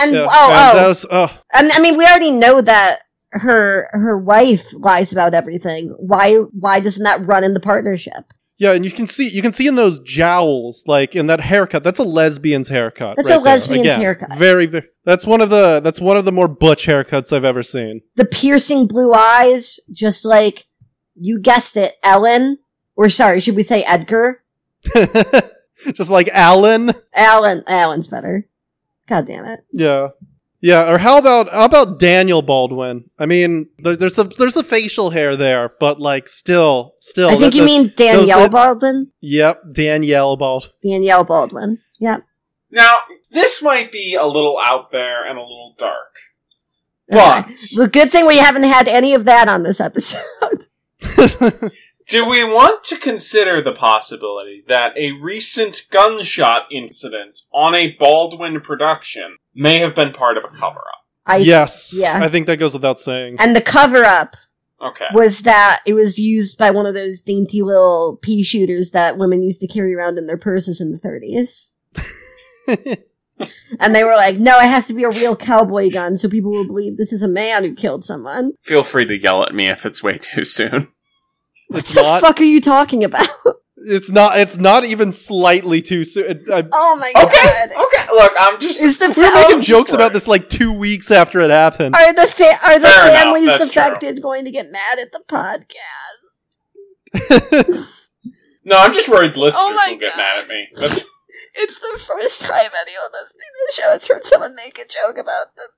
Speaker 1: And
Speaker 2: yeah.
Speaker 1: oh,
Speaker 2: Man, that
Speaker 1: oh,
Speaker 2: was- oh.
Speaker 1: and I mean, we already know that her her wife lies about everything. Why why doesn't that run in the partnership?
Speaker 2: Yeah, and you can see you can see in those jowls, like in that haircut. That's a lesbian's haircut.
Speaker 1: That's
Speaker 2: Uh, right
Speaker 1: a
Speaker 2: there.
Speaker 1: lesbian's
Speaker 2: Again,
Speaker 1: haircut.
Speaker 2: Very, very. That's one of the that's one of the more butch haircuts I've ever seen. <laughs>
Speaker 1: The piercing blue eyes, just like you guessed it, Ellen. Or sorry, should we say Edgar?
Speaker 2: just like Alan.
Speaker 1: Alan. Alan's better. God damn it.
Speaker 2: Yeah. Yeah, or how about how about Daniel Baldwin? I mean, there, there's the there's the facial hair there, but like still, still.
Speaker 1: I think
Speaker 2: that-
Speaker 1: you
Speaker 2: that-
Speaker 1: mean Danielle
Speaker 2: that-
Speaker 1: Baldwin.
Speaker 2: Yep, Danielle Bald.
Speaker 1: Danielle Baldwin. Yep.
Speaker 3: Now, this might be a little out there and a little dark.
Speaker 1: Okay.
Speaker 3: But
Speaker 1: Well, good thing we haven't had any of that on this episode. <laughs>
Speaker 3: do we want to consider the possibility that a recent gunshot incident on a Baldwin production may have been part of a cover up?
Speaker 1: I
Speaker 2: <laughs> yes,
Speaker 1: yeah.
Speaker 2: I think that goes without saying.
Speaker 1: and the cover up
Speaker 3: Okay.
Speaker 1: was that it was used by one of those dainty little pea shooters that women used to carry around in their purses in the 30s.
Speaker 3: <laughs>
Speaker 1: And they were like, "No, it has to be a real cowboy gun, so people will believe this is a man who killed someone."
Speaker 3: Feel free to yell at me if it's way too soon.
Speaker 1: What
Speaker 2: It's
Speaker 1: the
Speaker 2: not-
Speaker 1: fuck are you talking about? <laughs>
Speaker 2: It's not. It's not even slightly too soon. I,
Speaker 1: Oh my
Speaker 3: Okay.
Speaker 1: god!
Speaker 3: Okay. Look, I'm just
Speaker 1: Is the
Speaker 2: we're
Speaker 1: fa- oh,
Speaker 2: making
Speaker 3: Oh,
Speaker 2: jokes
Speaker 3: sure.
Speaker 2: about this like two weeks after it happened.
Speaker 1: are the fa- are the
Speaker 3: Fair enough,
Speaker 1: families
Speaker 3: that's true.
Speaker 1: affected going to get mad at the podcast?
Speaker 3: No, I'm just worried listeners
Speaker 1: Oh my
Speaker 3: will get
Speaker 1: God.
Speaker 3: mad at me. That's
Speaker 1: It's the first time anyone listening to the show has heard someone make a joke about the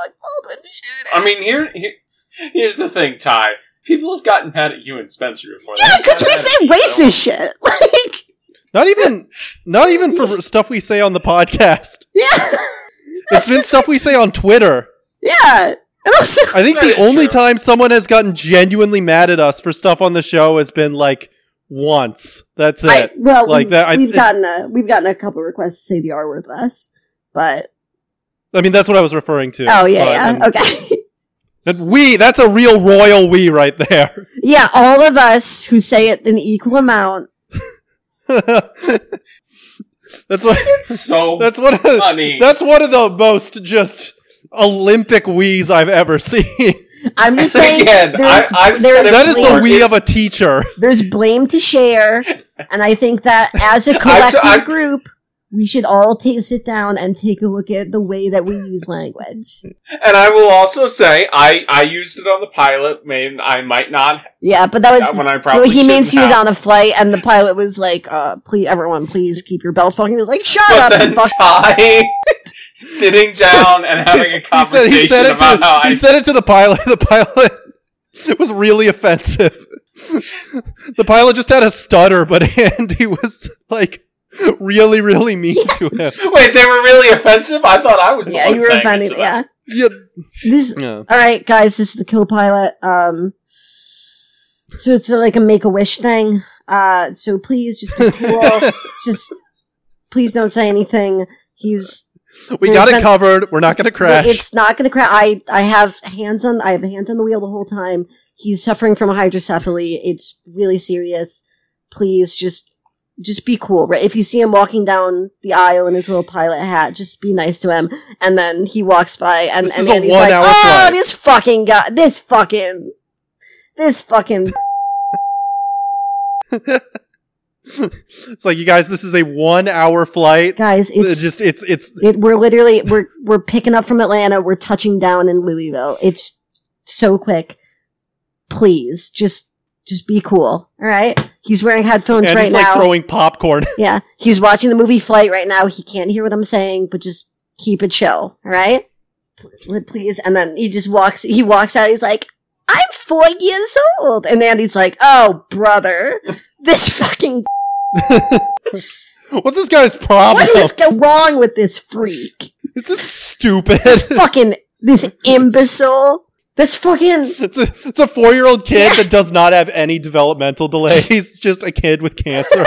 Speaker 1: Alec Baldwin shooting.
Speaker 3: I mean, here, here, here's the thing, Ty. People have gotten mad at you and Spencer before.
Speaker 1: yeah,
Speaker 3: They
Speaker 1: because we
Speaker 3: haven't
Speaker 1: say
Speaker 3: gotten mad at me.
Speaker 1: racist shit. <laughs> Like,
Speaker 2: not even. Not even
Speaker 1: <laughs>
Speaker 2: for stuff we say on the podcast.
Speaker 1: yeah,
Speaker 2: It's been stuff we say on Twitter.
Speaker 1: yeah. And also,
Speaker 2: I think
Speaker 3: That
Speaker 2: the
Speaker 3: is
Speaker 2: only
Speaker 3: true.
Speaker 2: time someone has gotten genuinely mad at us for stuff on the show has been like once. That's it.
Speaker 1: I, well,
Speaker 2: Like
Speaker 1: we've,
Speaker 2: that, I-
Speaker 1: we've
Speaker 2: it-
Speaker 1: gotten a we've gotten a couple requests to say the R word less, but
Speaker 2: I mean, that's what I was referring to.
Speaker 1: oh yeah,
Speaker 2: But,
Speaker 1: yeah,
Speaker 2: and-
Speaker 1: okay, <laughs>
Speaker 2: that we, that's a real royal we right there. <laughs>
Speaker 1: yeah. All of us who say it in equal amount.
Speaker 2: that's what,
Speaker 3: It's <laughs> so
Speaker 2: that's one of,
Speaker 3: funny.
Speaker 2: that's one of the most just Olympic wees I've ever seen.
Speaker 1: I'm just
Speaker 3: And
Speaker 1: saying
Speaker 3: <laughs> again,
Speaker 1: there's,
Speaker 3: I- I've
Speaker 1: there's
Speaker 3: said it
Speaker 2: That is the
Speaker 3: Lord,
Speaker 2: we
Speaker 3: it's-
Speaker 2: of a teacher.
Speaker 3: <laughs>
Speaker 1: there's blame to share, and I think that as a collective
Speaker 3: I've-
Speaker 1: group, we should all ta sit down and take a look at the way that we use language.
Speaker 3: and I will also say, I I used it on the pilot. Man, I might not
Speaker 1: Yeah, but that was
Speaker 3: that one. I
Speaker 1: well,
Speaker 3: probably
Speaker 1: he means he
Speaker 3: shouldn't
Speaker 1: was
Speaker 3: have.
Speaker 1: on a flight, and the pilot was like, uh, "Please, everyone, please keep your belts fucking." He was like, "Shut
Speaker 3: <laughs> But
Speaker 1: up!"
Speaker 3: then
Speaker 1: and fuck-"
Speaker 3: Ty <laughs>
Speaker 1: <laughs>
Speaker 3: sitting down and having a
Speaker 2: He said-
Speaker 3: conversation
Speaker 2: he said it
Speaker 3: about
Speaker 2: to,
Speaker 3: how
Speaker 2: he
Speaker 3: I.
Speaker 2: said it to the pilot. The pilot <laughs> was really offensive. the pilot just had a stutter, but Andy was like really, really mean
Speaker 1: <laughs>
Speaker 2: to him.
Speaker 3: <laughs> Wait, they were really offensive. I thought I was. The
Speaker 1: yeah,
Speaker 3: one
Speaker 1: you were
Speaker 3: saying it
Speaker 1: offended.
Speaker 3: to them.
Speaker 1: Yeah,
Speaker 2: Yeah,
Speaker 1: this.
Speaker 2: yeah.
Speaker 1: All right, guys, this is the co-pilot. Um, so it's uh, like a make a wish thing. Uh, so please just be
Speaker 2: <laughs>
Speaker 1: cool. just please don't say anything. He's
Speaker 2: we
Speaker 1: There's
Speaker 2: got it
Speaker 1: been-
Speaker 2: covered. We're not going to crash.
Speaker 1: It's not going to crash. I I have hands on. I have hands on the wheel the whole time. He's suffering from hydrocephaly. It's really serious. Please just just be cool. Right? If you see him walking down the aisle in his little pilot hat, just be nice to him. And then he walks by, and,
Speaker 2: This
Speaker 1: and
Speaker 2: is a
Speaker 1: Andy's like,
Speaker 2: one-hour
Speaker 1: "Oh,
Speaker 2: flight."
Speaker 1: this fucking guy. This fucking this fucking."
Speaker 2: It's like you guys, this is a one-hour flight.
Speaker 1: Guys,
Speaker 2: It's
Speaker 1: it's
Speaker 2: just it's it's
Speaker 1: It, we're literally we're we're picking up from Atlanta. We're touching down in Louisville. It's so quick. please just just be cool. All right. He's wearing headphones
Speaker 2: and
Speaker 1: right
Speaker 2: he's like
Speaker 1: now.
Speaker 2: throwing popcorn. <laughs>
Speaker 1: yeah. He's watching the movie Flight right now. He can't hear what I'm saying, but just keep it chill. All right. Pl- Please. And then he just walks, he walks out. He's like, I'm four years old. And Andy's like, oh, brother, this fucking,
Speaker 2: What's this guy's problem?
Speaker 1: what is go wrong with this freak?
Speaker 2: Is this stupid? <laughs>
Speaker 1: This fucking, this imbecile, this fucking,
Speaker 2: It's a it's a four year old kid that does not have any developmental delays. Just a kid with cancer.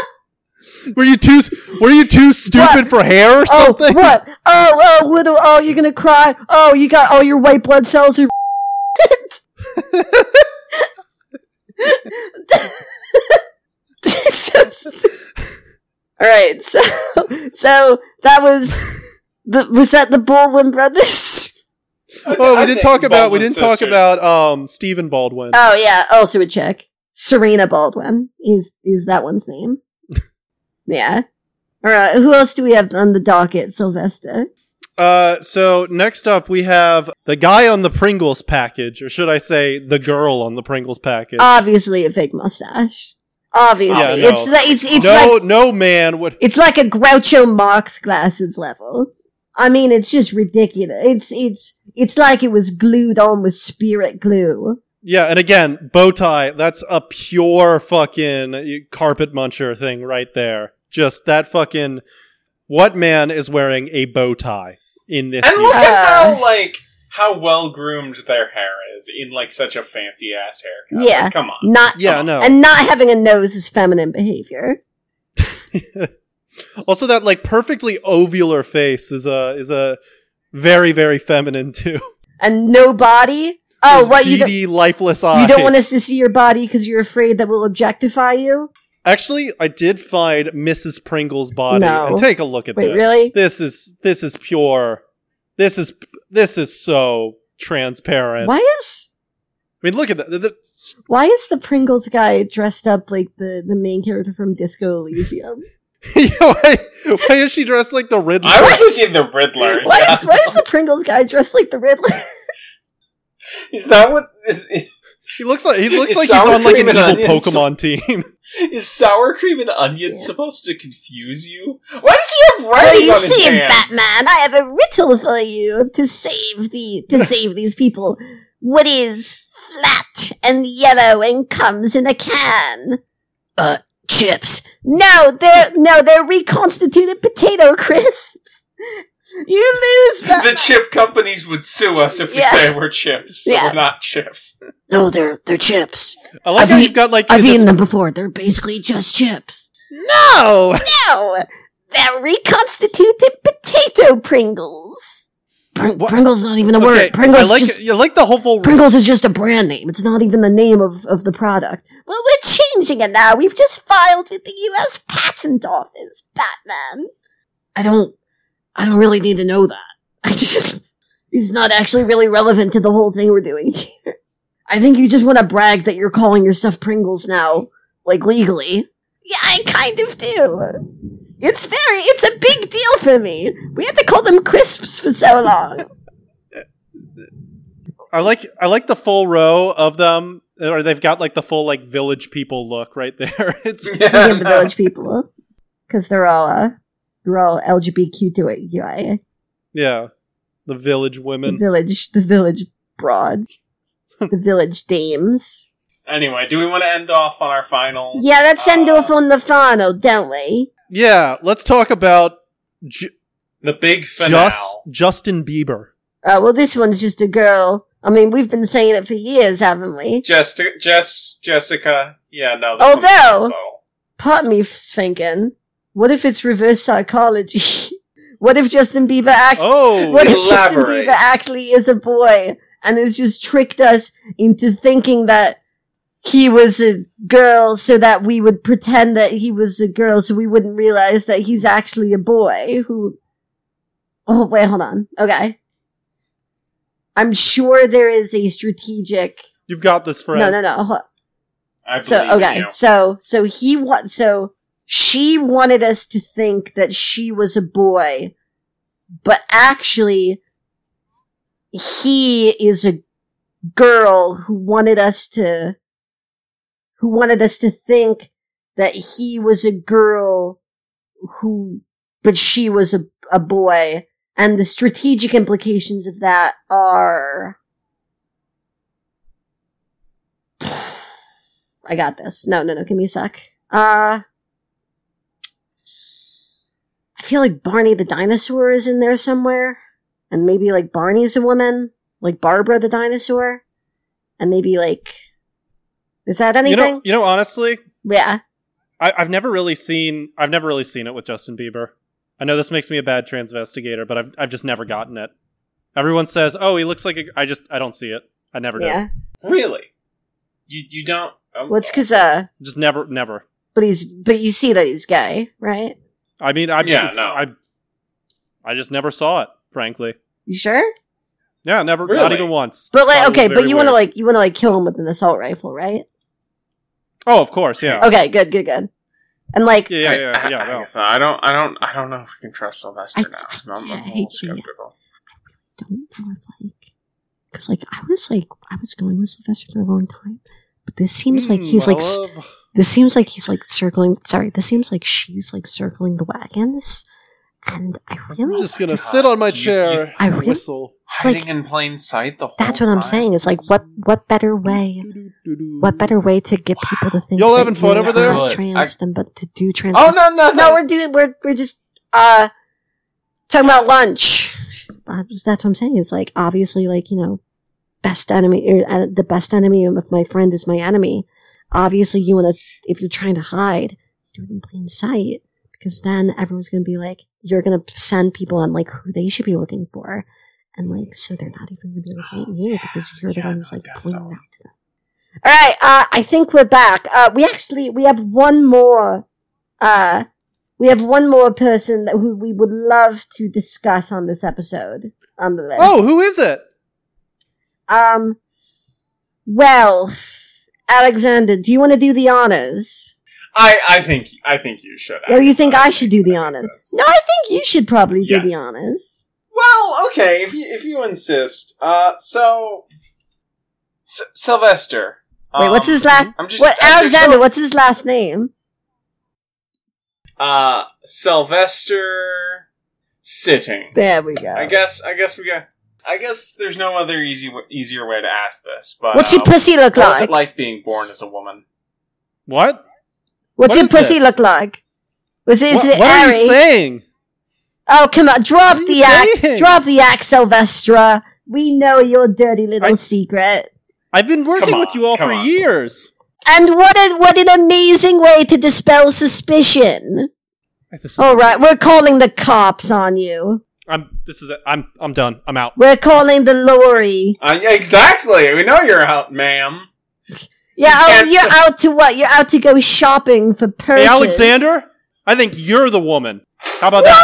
Speaker 2: <laughs> were you too Were you too stupid
Speaker 1: What?
Speaker 2: for hair or
Speaker 1: Oh,
Speaker 2: something?
Speaker 1: what? Oh, oh, little, oh, you're gonna cry. Oh, you got all your white blood cells are. <laughs> It's just- all right, so so that was the was that the Baldwin brothers?
Speaker 2: Oh, we didn't talk about we
Speaker 3: Baldwin
Speaker 2: didn't talk
Speaker 3: sisters.
Speaker 2: about um Stephen Baldwin.
Speaker 1: Oh yeah, also a chick, Serena Baldwin is is that one's
Speaker 2: <laughs>
Speaker 1: name? Yeah. All right, who else do we have on the docket, Sylvester?
Speaker 2: Uh, so next up we have the guy on the Pringles package, or should I say the girl on the Pringles package?
Speaker 1: Uh, obviously a fake mustache. Obviously,
Speaker 2: Yeah, no.
Speaker 1: it's like it's it's
Speaker 2: no,
Speaker 1: like
Speaker 2: no man would.
Speaker 1: it's like a Groucho Marx glasses level. I mean, it's just ridiculous. It's it's it's like it was glued on with spirit glue.
Speaker 2: Yeah, and again, bow tie. That's a pure fucking carpet muncher thing right there. Just that fucking. What man is wearing a bow tie in this?
Speaker 3: And look
Speaker 2: year?
Speaker 3: at
Speaker 1: Yeah.
Speaker 3: how like how well groomed their hair is in like such a fancy ass haircut.
Speaker 1: Yeah.
Speaker 3: Like, come on.
Speaker 1: Not
Speaker 2: Yeah, no.
Speaker 1: and not having a nose is feminine behavior.
Speaker 2: also, that like perfectly ovular face is a is a very very feminine too.
Speaker 1: And no body. Oh,
Speaker 2: Those
Speaker 1: what you don't
Speaker 2: beady, lifeless eyes.
Speaker 1: you don't want us to see your body because you're afraid that we'll objectify you.
Speaker 2: Actually, I did find Mrs. Pringle's body.
Speaker 1: No.
Speaker 2: And take a look at
Speaker 1: Wait,
Speaker 2: this.
Speaker 1: really?
Speaker 2: This is this is pure. This is this is so transparent.
Speaker 1: Why is
Speaker 2: I mean, look at that. The- the-
Speaker 1: Why is the Pringles guy dressed up like the, the main character from Disco Elysium?
Speaker 2: <laughs> why, why is she dressed like the Riddler?
Speaker 3: I was thinking the Riddler.
Speaker 1: Why is, why is the Pringles guy dressed like the Riddler?
Speaker 3: Is that what is,
Speaker 2: he looks like he looks
Speaker 3: It's
Speaker 2: like he's
Speaker 3: sour
Speaker 2: on like an
Speaker 3: cream
Speaker 2: evil
Speaker 3: and onions.
Speaker 2: Pokemon team.
Speaker 1: <laughs>
Speaker 2: <laughs>
Speaker 3: is sour cream and onion
Speaker 1: Yeah.
Speaker 3: supposed to confuse you? Why does he have writing
Speaker 1: Well, you
Speaker 3: on his
Speaker 1: see,
Speaker 3: hand?
Speaker 1: Batman, I have a riddle for you to save the <laughs> to save these people. What is flat and yellow and comes in a can? Uh, chips. No, they're no, they're reconstituted potato crisps. <laughs> You lose, Batman.
Speaker 3: the chip companies would sue us if we
Speaker 1: Yeah.
Speaker 3: say we're chips. So
Speaker 1: Yeah.
Speaker 3: We're
Speaker 1: <laughs>
Speaker 3: not chips.
Speaker 1: no, they're they're chips.
Speaker 2: I like
Speaker 1: I've
Speaker 2: how
Speaker 1: eat-
Speaker 2: you've got like
Speaker 1: I've
Speaker 2: this-
Speaker 1: eaten them before. They're basically just chips. <laughs>
Speaker 2: no.
Speaker 1: No, they're reconstituted potato Pringles. Pr-
Speaker 2: What?
Speaker 1: Pringles not even a
Speaker 2: Okay,
Speaker 1: word. Pringles
Speaker 2: I like
Speaker 1: just
Speaker 2: I like the whole
Speaker 1: Pringles is just a brand name. It's not even the name of, of the product. Well, we're changing it now. We've just filed with the U.S. Patent Office, Batman. I don't, I don't really need to know that. I just, it's not actually really relevant to the whole thing we're doing here. I think you just want to brag that you're calling your stuff Pringles now, like legally. Yeah, I kind of do. It's very, it's a big deal for me. We had to call them crisps for so long.
Speaker 2: I like I like the full row of them, or they've got like the full like village people look right there. <laughs> It's
Speaker 1: to him the village people because they're all uh, they're all LGBTQI
Speaker 2: yeah, the village women.
Speaker 1: the village the village broads the village dames.
Speaker 3: <laughs> Anyway, do we want to end off on our final?
Speaker 1: Yeah, let's end off on the final, don't we?
Speaker 2: Yeah, let's talk about J-
Speaker 3: The big finale.
Speaker 2: just Justin Bieber.
Speaker 1: Uh, well, this one's just a girl. I mean, we've been saying it for years, haven't we?
Speaker 3: Just, Jess, Jessica. Yeah, no. This one's
Speaker 1: Although-
Speaker 3: canceled.
Speaker 1: Part of me is thinking, what if it's reverse psychology? <laughs> what if Justin Bieber actually?
Speaker 2: Oh,
Speaker 1: What if Justin
Speaker 3: Elaborate.
Speaker 1: Bieber actually is a boy and has just tricked us into thinking that he was a girl so that we would pretend that he was a girl so we wouldn't realize that he's actually a boy who. Oh, wait, hold on. Okay. I'm sure there is a strategic.
Speaker 2: you've got this friend.
Speaker 1: No, no, no. hold-
Speaker 3: I believe
Speaker 1: so okay,
Speaker 3: in you.
Speaker 1: so so he wa- so she wanted us to think that she was a boy, but actually he is a girl who wanted us to who wanted us to think that he was a girl who but she was a, a boy and the strategic implications of that are <sighs> I got this. No, no, no, give me a sec. Uh I feel like Barney the dinosaur is in there somewhere. And maybe like Barney's a woman, like Barbara the dinosaur. And maybe like is that
Speaker 2: You
Speaker 1: anything?
Speaker 2: know, you know. Honestly,
Speaker 1: yeah.
Speaker 2: I, I've never really seen. I've never really seen it with Justin Bieber. I know this makes me a bad transvestigator, but I've I've just never gotten it. Everyone says, "Oh, he looks like a." I just I don't see it. I never do.
Speaker 1: Yeah.
Speaker 3: Really? You you don't? Um,
Speaker 1: Well it's cause uh
Speaker 2: Just never, never.
Speaker 1: but he's but you see that he's gay, right?
Speaker 2: I mean, I
Speaker 3: Yeah,
Speaker 2: it's-
Speaker 3: no.
Speaker 2: I I just never saw it, frankly.
Speaker 1: You sure?
Speaker 2: Yeah, never, not
Speaker 3: Really?
Speaker 2: even once.
Speaker 1: But like,
Speaker 2: Thought it was
Speaker 1: okay, but
Speaker 2: very
Speaker 1: you want to
Speaker 2: weird.
Speaker 1: like you want to like kill him with an assault rifle, right?
Speaker 2: Oh, of course, yeah,
Speaker 1: Okay, good, good, good. And like,
Speaker 2: yeah, yeah, yeah. yeah, no.
Speaker 3: <laughs> I don't, I don't, I don't know if we can trust Sylvester
Speaker 1: I-
Speaker 3: now.
Speaker 1: I
Speaker 3: I'm, I'm a
Speaker 1: hate
Speaker 3: little
Speaker 1: it.
Speaker 3: skeptical.
Speaker 1: don't know if like, because like I was like I was going with Sylvester for a long time, but this seems like
Speaker 2: Mm,
Speaker 1: he's
Speaker 2: my
Speaker 3: Hmm,
Speaker 1: like s-
Speaker 2: love.
Speaker 1: this seems like he's like circling. Sorry, this seems like she's like circling the wagons, and I really
Speaker 2: just gonna
Speaker 3: God.
Speaker 2: sit on my
Speaker 3: You-
Speaker 2: chair,
Speaker 1: I
Speaker 2: and
Speaker 1: really-
Speaker 2: whistle.
Speaker 3: Hiding
Speaker 1: like-
Speaker 3: in plain sight the whole
Speaker 1: that's what I'm
Speaker 3: time?
Speaker 1: saying. Is like what what better way. What better way to get people to think
Speaker 2: Y'all
Speaker 1: that
Speaker 2: having fun
Speaker 1: you
Speaker 2: over there?
Speaker 1: are
Speaker 3: Good.
Speaker 1: Trans than but to do trans.
Speaker 3: Oh no, no,
Speaker 1: No, we're doing we're we're just uh talking about lunch. Uh, That's what I'm saying. It's like obviously, like you know, best enemy. Or, uh, the best enemy of my friend is my enemy. Obviously, you want to if you're trying to hide, do it in plain sight because then everyone's gonna be like, you're gonna send people on like who they should be looking for, and like so they're not even gonna be looking at you because you're the
Speaker 3: Yeah,
Speaker 1: one who's
Speaker 3: no,
Speaker 1: like
Speaker 3: definitely.
Speaker 1: pointing out to them. All right, uh, I think we're back. Uh, we actually we have one more. Uh, we have one more person that who we would love to discuss on this episode on the list.
Speaker 2: Oh, who is it?
Speaker 1: um, well, Alexander, do you want to do the honors,
Speaker 3: <laughs> I, I think, I think you should.
Speaker 1: or Oh, you think
Speaker 3: actually.
Speaker 1: I should do the honors? No, I think you should probably do the
Speaker 3: Yes.
Speaker 1: honors.
Speaker 3: Well, okay, if you if you insist. Uh, so S- Sylvester.
Speaker 1: Wait, what's
Speaker 3: um,
Speaker 1: his last?
Speaker 3: I'm just
Speaker 1: What
Speaker 3: I'm just
Speaker 1: Alexander?
Speaker 3: going-
Speaker 1: What's his last name?
Speaker 3: Uh, Sylvester sitting.
Speaker 1: There we go.
Speaker 3: I guess. I guess we got. I guess there's no other easy w- easier way to ask this. But
Speaker 1: What's your
Speaker 3: uh,
Speaker 1: pussy look
Speaker 3: What's
Speaker 1: like?
Speaker 3: it like being born as a woman?
Speaker 2: What?
Speaker 1: What's
Speaker 2: What
Speaker 1: your
Speaker 2: is
Speaker 1: pussy
Speaker 2: this?
Speaker 1: look like? Was it, is
Speaker 2: what
Speaker 1: it
Speaker 2: what are you
Speaker 1: airy?
Speaker 2: saying?
Speaker 1: Oh come on! Drop
Speaker 2: What are
Speaker 1: the
Speaker 2: you
Speaker 1: act.
Speaker 2: saying?
Speaker 1: Drop the act, Sylvestra. We know your dirty little
Speaker 2: I-
Speaker 1: secret.
Speaker 2: I've been working
Speaker 3: Come
Speaker 2: with
Speaker 3: on,
Speaker 2: you all
Speaker 3: come
Speaker 2: for
Speaker 3: on.
Speaker 2: years.
Speaker 1: And what a, what an amazing way to dispel suspicion.
Speaker 2: This is-
Speaker 1: All right, we're calling the cops on you.
Speaker 2: I'm. This is. It. I'm. I'm done. I'm out.
Speaker 1: We're calling the lorry.
Speaker 3: Uh, yeah, exactly. We know you're out, ma'am.
Speaker 1: Yeah, oh,
Speaker 3: Yes.
Speaker 1: you're out to what? You're out to go shopping for purses.
Speaker 2: Hey, Alexander. I think you're the woman. How about that?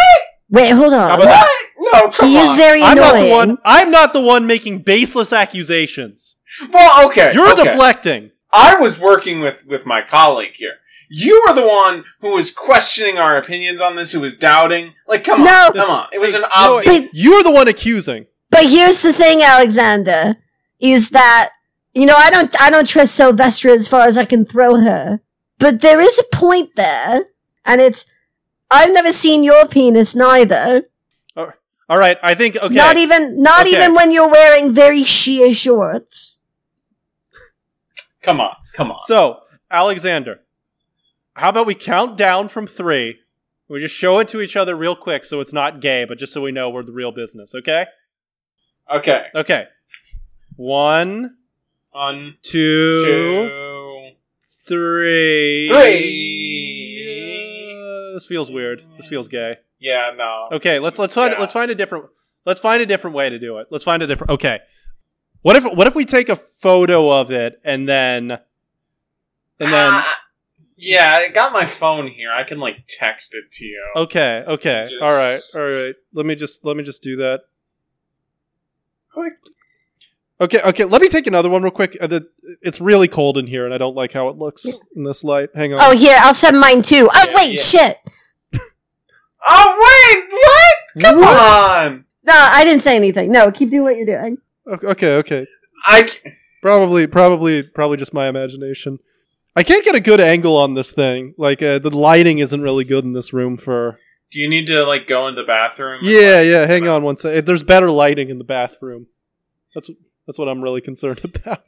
Speaker 1: Wait, hold
Speaker 2: How
Speaker 1: on.
Speaker 2: about that?
Speaker 3: What? No, come
Speaker 1: He
Speaker 3: on.
Speaker 1: is very
Speaker 2: I'm not the
Speaker 1: annoying.
Speaker 2: one. I'm not the one making baseless accusations.
Speaker 3: well, okay.
Speaker 2: You're
Speaker 3: okay.
Speaker 2: deflecting.
Speaker 3: I was working with with my colleague here. You were the one who was questioning our opinions on this, who was doubting. Like, come on,
Speaker 1: No.
Speaker 3: come on. It was an
Speaker 2: You know
Speaker 3: obvious.
Speaker 2: what? you're the one accusing.
Speaker 1: But here's the thing, Alexander, is that you know I don't I don't trust Sylvester as far as I can throw her, but there is a point there, and it's I've never seen your penis neither.
Speaker 2: All right. I think. Okay.
Speaker 1: Not even not
Speaker 2: Okay.
Speaker 1: even when you're wearing very sheer shorts.
Speaker 3: Come on, come on.
Speaker 2: So, Alexander, how about we count down from three? We just show it to each other real quick so it's not gay, but just so we know we're the real business, okay?
Speaker 3: Okay,
Speaker 2: Okay. One,
Speaker 3: one,
Speaker 2: two,
Speaker 3: two,
Speaker 2: three.
Speaker 3: three.
Speaker 2: Uh, this feels weird. This feels gay.
Speaker 3: Yeah, no.
Speaker 2: Okay, let's let's find
Speaker 3: Yeah.
Speaker 2: let's find a different let's find a different way to do it. Let's find a different Okay. What if what if we take a photo of it and then and then
Speaker 3: Ah, yeah, I got my phone here. I can like text it to you.
Speaker 2: Okay, okay.
Speaker 3: Just-
Speaker 2: All right. All right. Let me just let me just do that.
Speaker 3: Click.
Speaker 2: Okay, okay. Let me take another one real quick. Uh, the, it's really cold in here and I don't like how it looks in this light. Hang on.
Speaker 1: Oh, here I'll send mine too. Oh
Speaker 3: Yeah,
Speaker 1: wait,
Speaker 3: yeah.
Speaker 1: shit.
Speaker 3: Oh wait, what? Come
Speaker 2: What?
Speaker 3: on.
Speaker 1: No, I didn't say anything. No, keep doing what you're doing.
Speaker 2: O- Okay, okay.
Speaker 3: I c-
Speaker 2: Probably, probably, probably just my imagination. I can't get a good angle on this thing. Like uh, the lighting isn't really good in this room for.
Speaker 3: do you need to like go in the bathroom?
Speaker 2: Yeah, yeah. Hang on one second. There's better lighting in the bathroom. That's that's what I'm really concerned <laughs> about.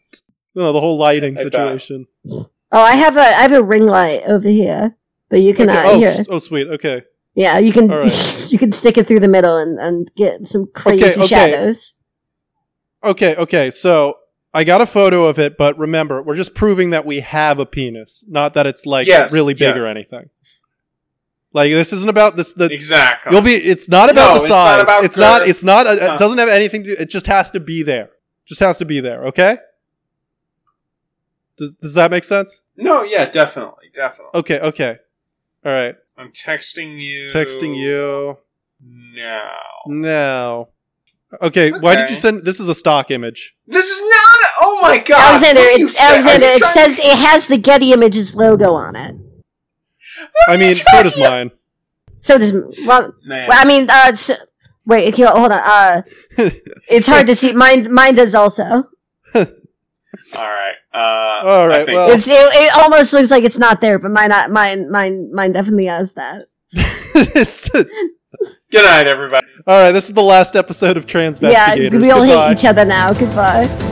Speaker 2: You know, the whole lighting
Speaker 3: I bet.
Speaker 2: situation.
Speaker 1: Oh, I have a I have a ring light over here that you can
Speaker 2: Okay,
Speaker 1: uh,
Speaker 2: oh,
Speaker 1: hear.
Speaker 2: s- oh, sweet. Okay.
Speaker 1: Yeah, you can
Speaker 2: All right.
Speaker 1: <laughs> you can stick it through the middle and, and get some crazy
Speaker 2: okay.
Speaker 1: shadows.
Speaker 2: Okay, okay. So I got a photo of it, but remember, we're just proving that we have a penis, not that it's like
Speaker 3: Yes,
Speaker 2: really big or
Speaker 3: yes.
Speaker 2: anything. Like this isn't about this. The
Speaker 3: exactly.
Speaker 2: you'll be. It's not about
Speaker 3: No,
Speaker 2: the
Speaker 3: it's not
Speaker 2: size.
Speaker 3: about
Speaker 2: it's, not,
Speaker 3: girth.
Speaker 2: it's not. It
Speaker 3: It's not.
Speaker 2: doesn't have anything. to It just has to be there. Just has to be there. Okay. Does, does that make sense?
Speaker 3: no, yeah, definitely, definitely.
Speaker 2: Okay. Okay. All right.
Speaker 3: I'm texting you.
Speaker 2: Texting you
Speaker 3: now.
Speaker 2: now. Okay, Why did
Speaker 3: Okay.
Speaker 2: you send? This is a stock image.
Speaker 3: This is not. A, oh my god,
Speaker 1: Alexander,
Speaker 3: what you
Speaker 1: it,
Speaker 3: say- are
Speaker 1: Alexander,
Speaker 3: you
Speaker 1: it
Speaker 3: trying-
Speaker 1: says it has the Getty Images logo on it.
Speaker 3: what are
Speaker 2: I
Speaker 3: you
Speaker 2: mean, so
Speaker 3: trying
Speaker 2: does
Speaker 3: to-
Speaker 2: mine. <laughs>
Speaker 1: So does well,
Speaker 3: Man.
Speaker 1: well I mean, uh, so, wait, okay, hold on.
Speaker 3: <laughs>
Speaker 1: Uh, it's hard to see. Mine, mine does also.
Speaker 3: All right. Uh,
Speaker 2: All right,
Speaker 3: I think-
Speaker 2: well-
Speaker 1: It's it, it almost looks like it's not there, but mine, uh, mine, mine, mine definitely has that.
Speaker 3: good night, everybody.
Speaker 2: All right, this is the last episode of Transvestigators.
Speaker 1: Yeah, we all
Speaker 2: Goodbye.
Speaker 1: hate each other now. Goodbye.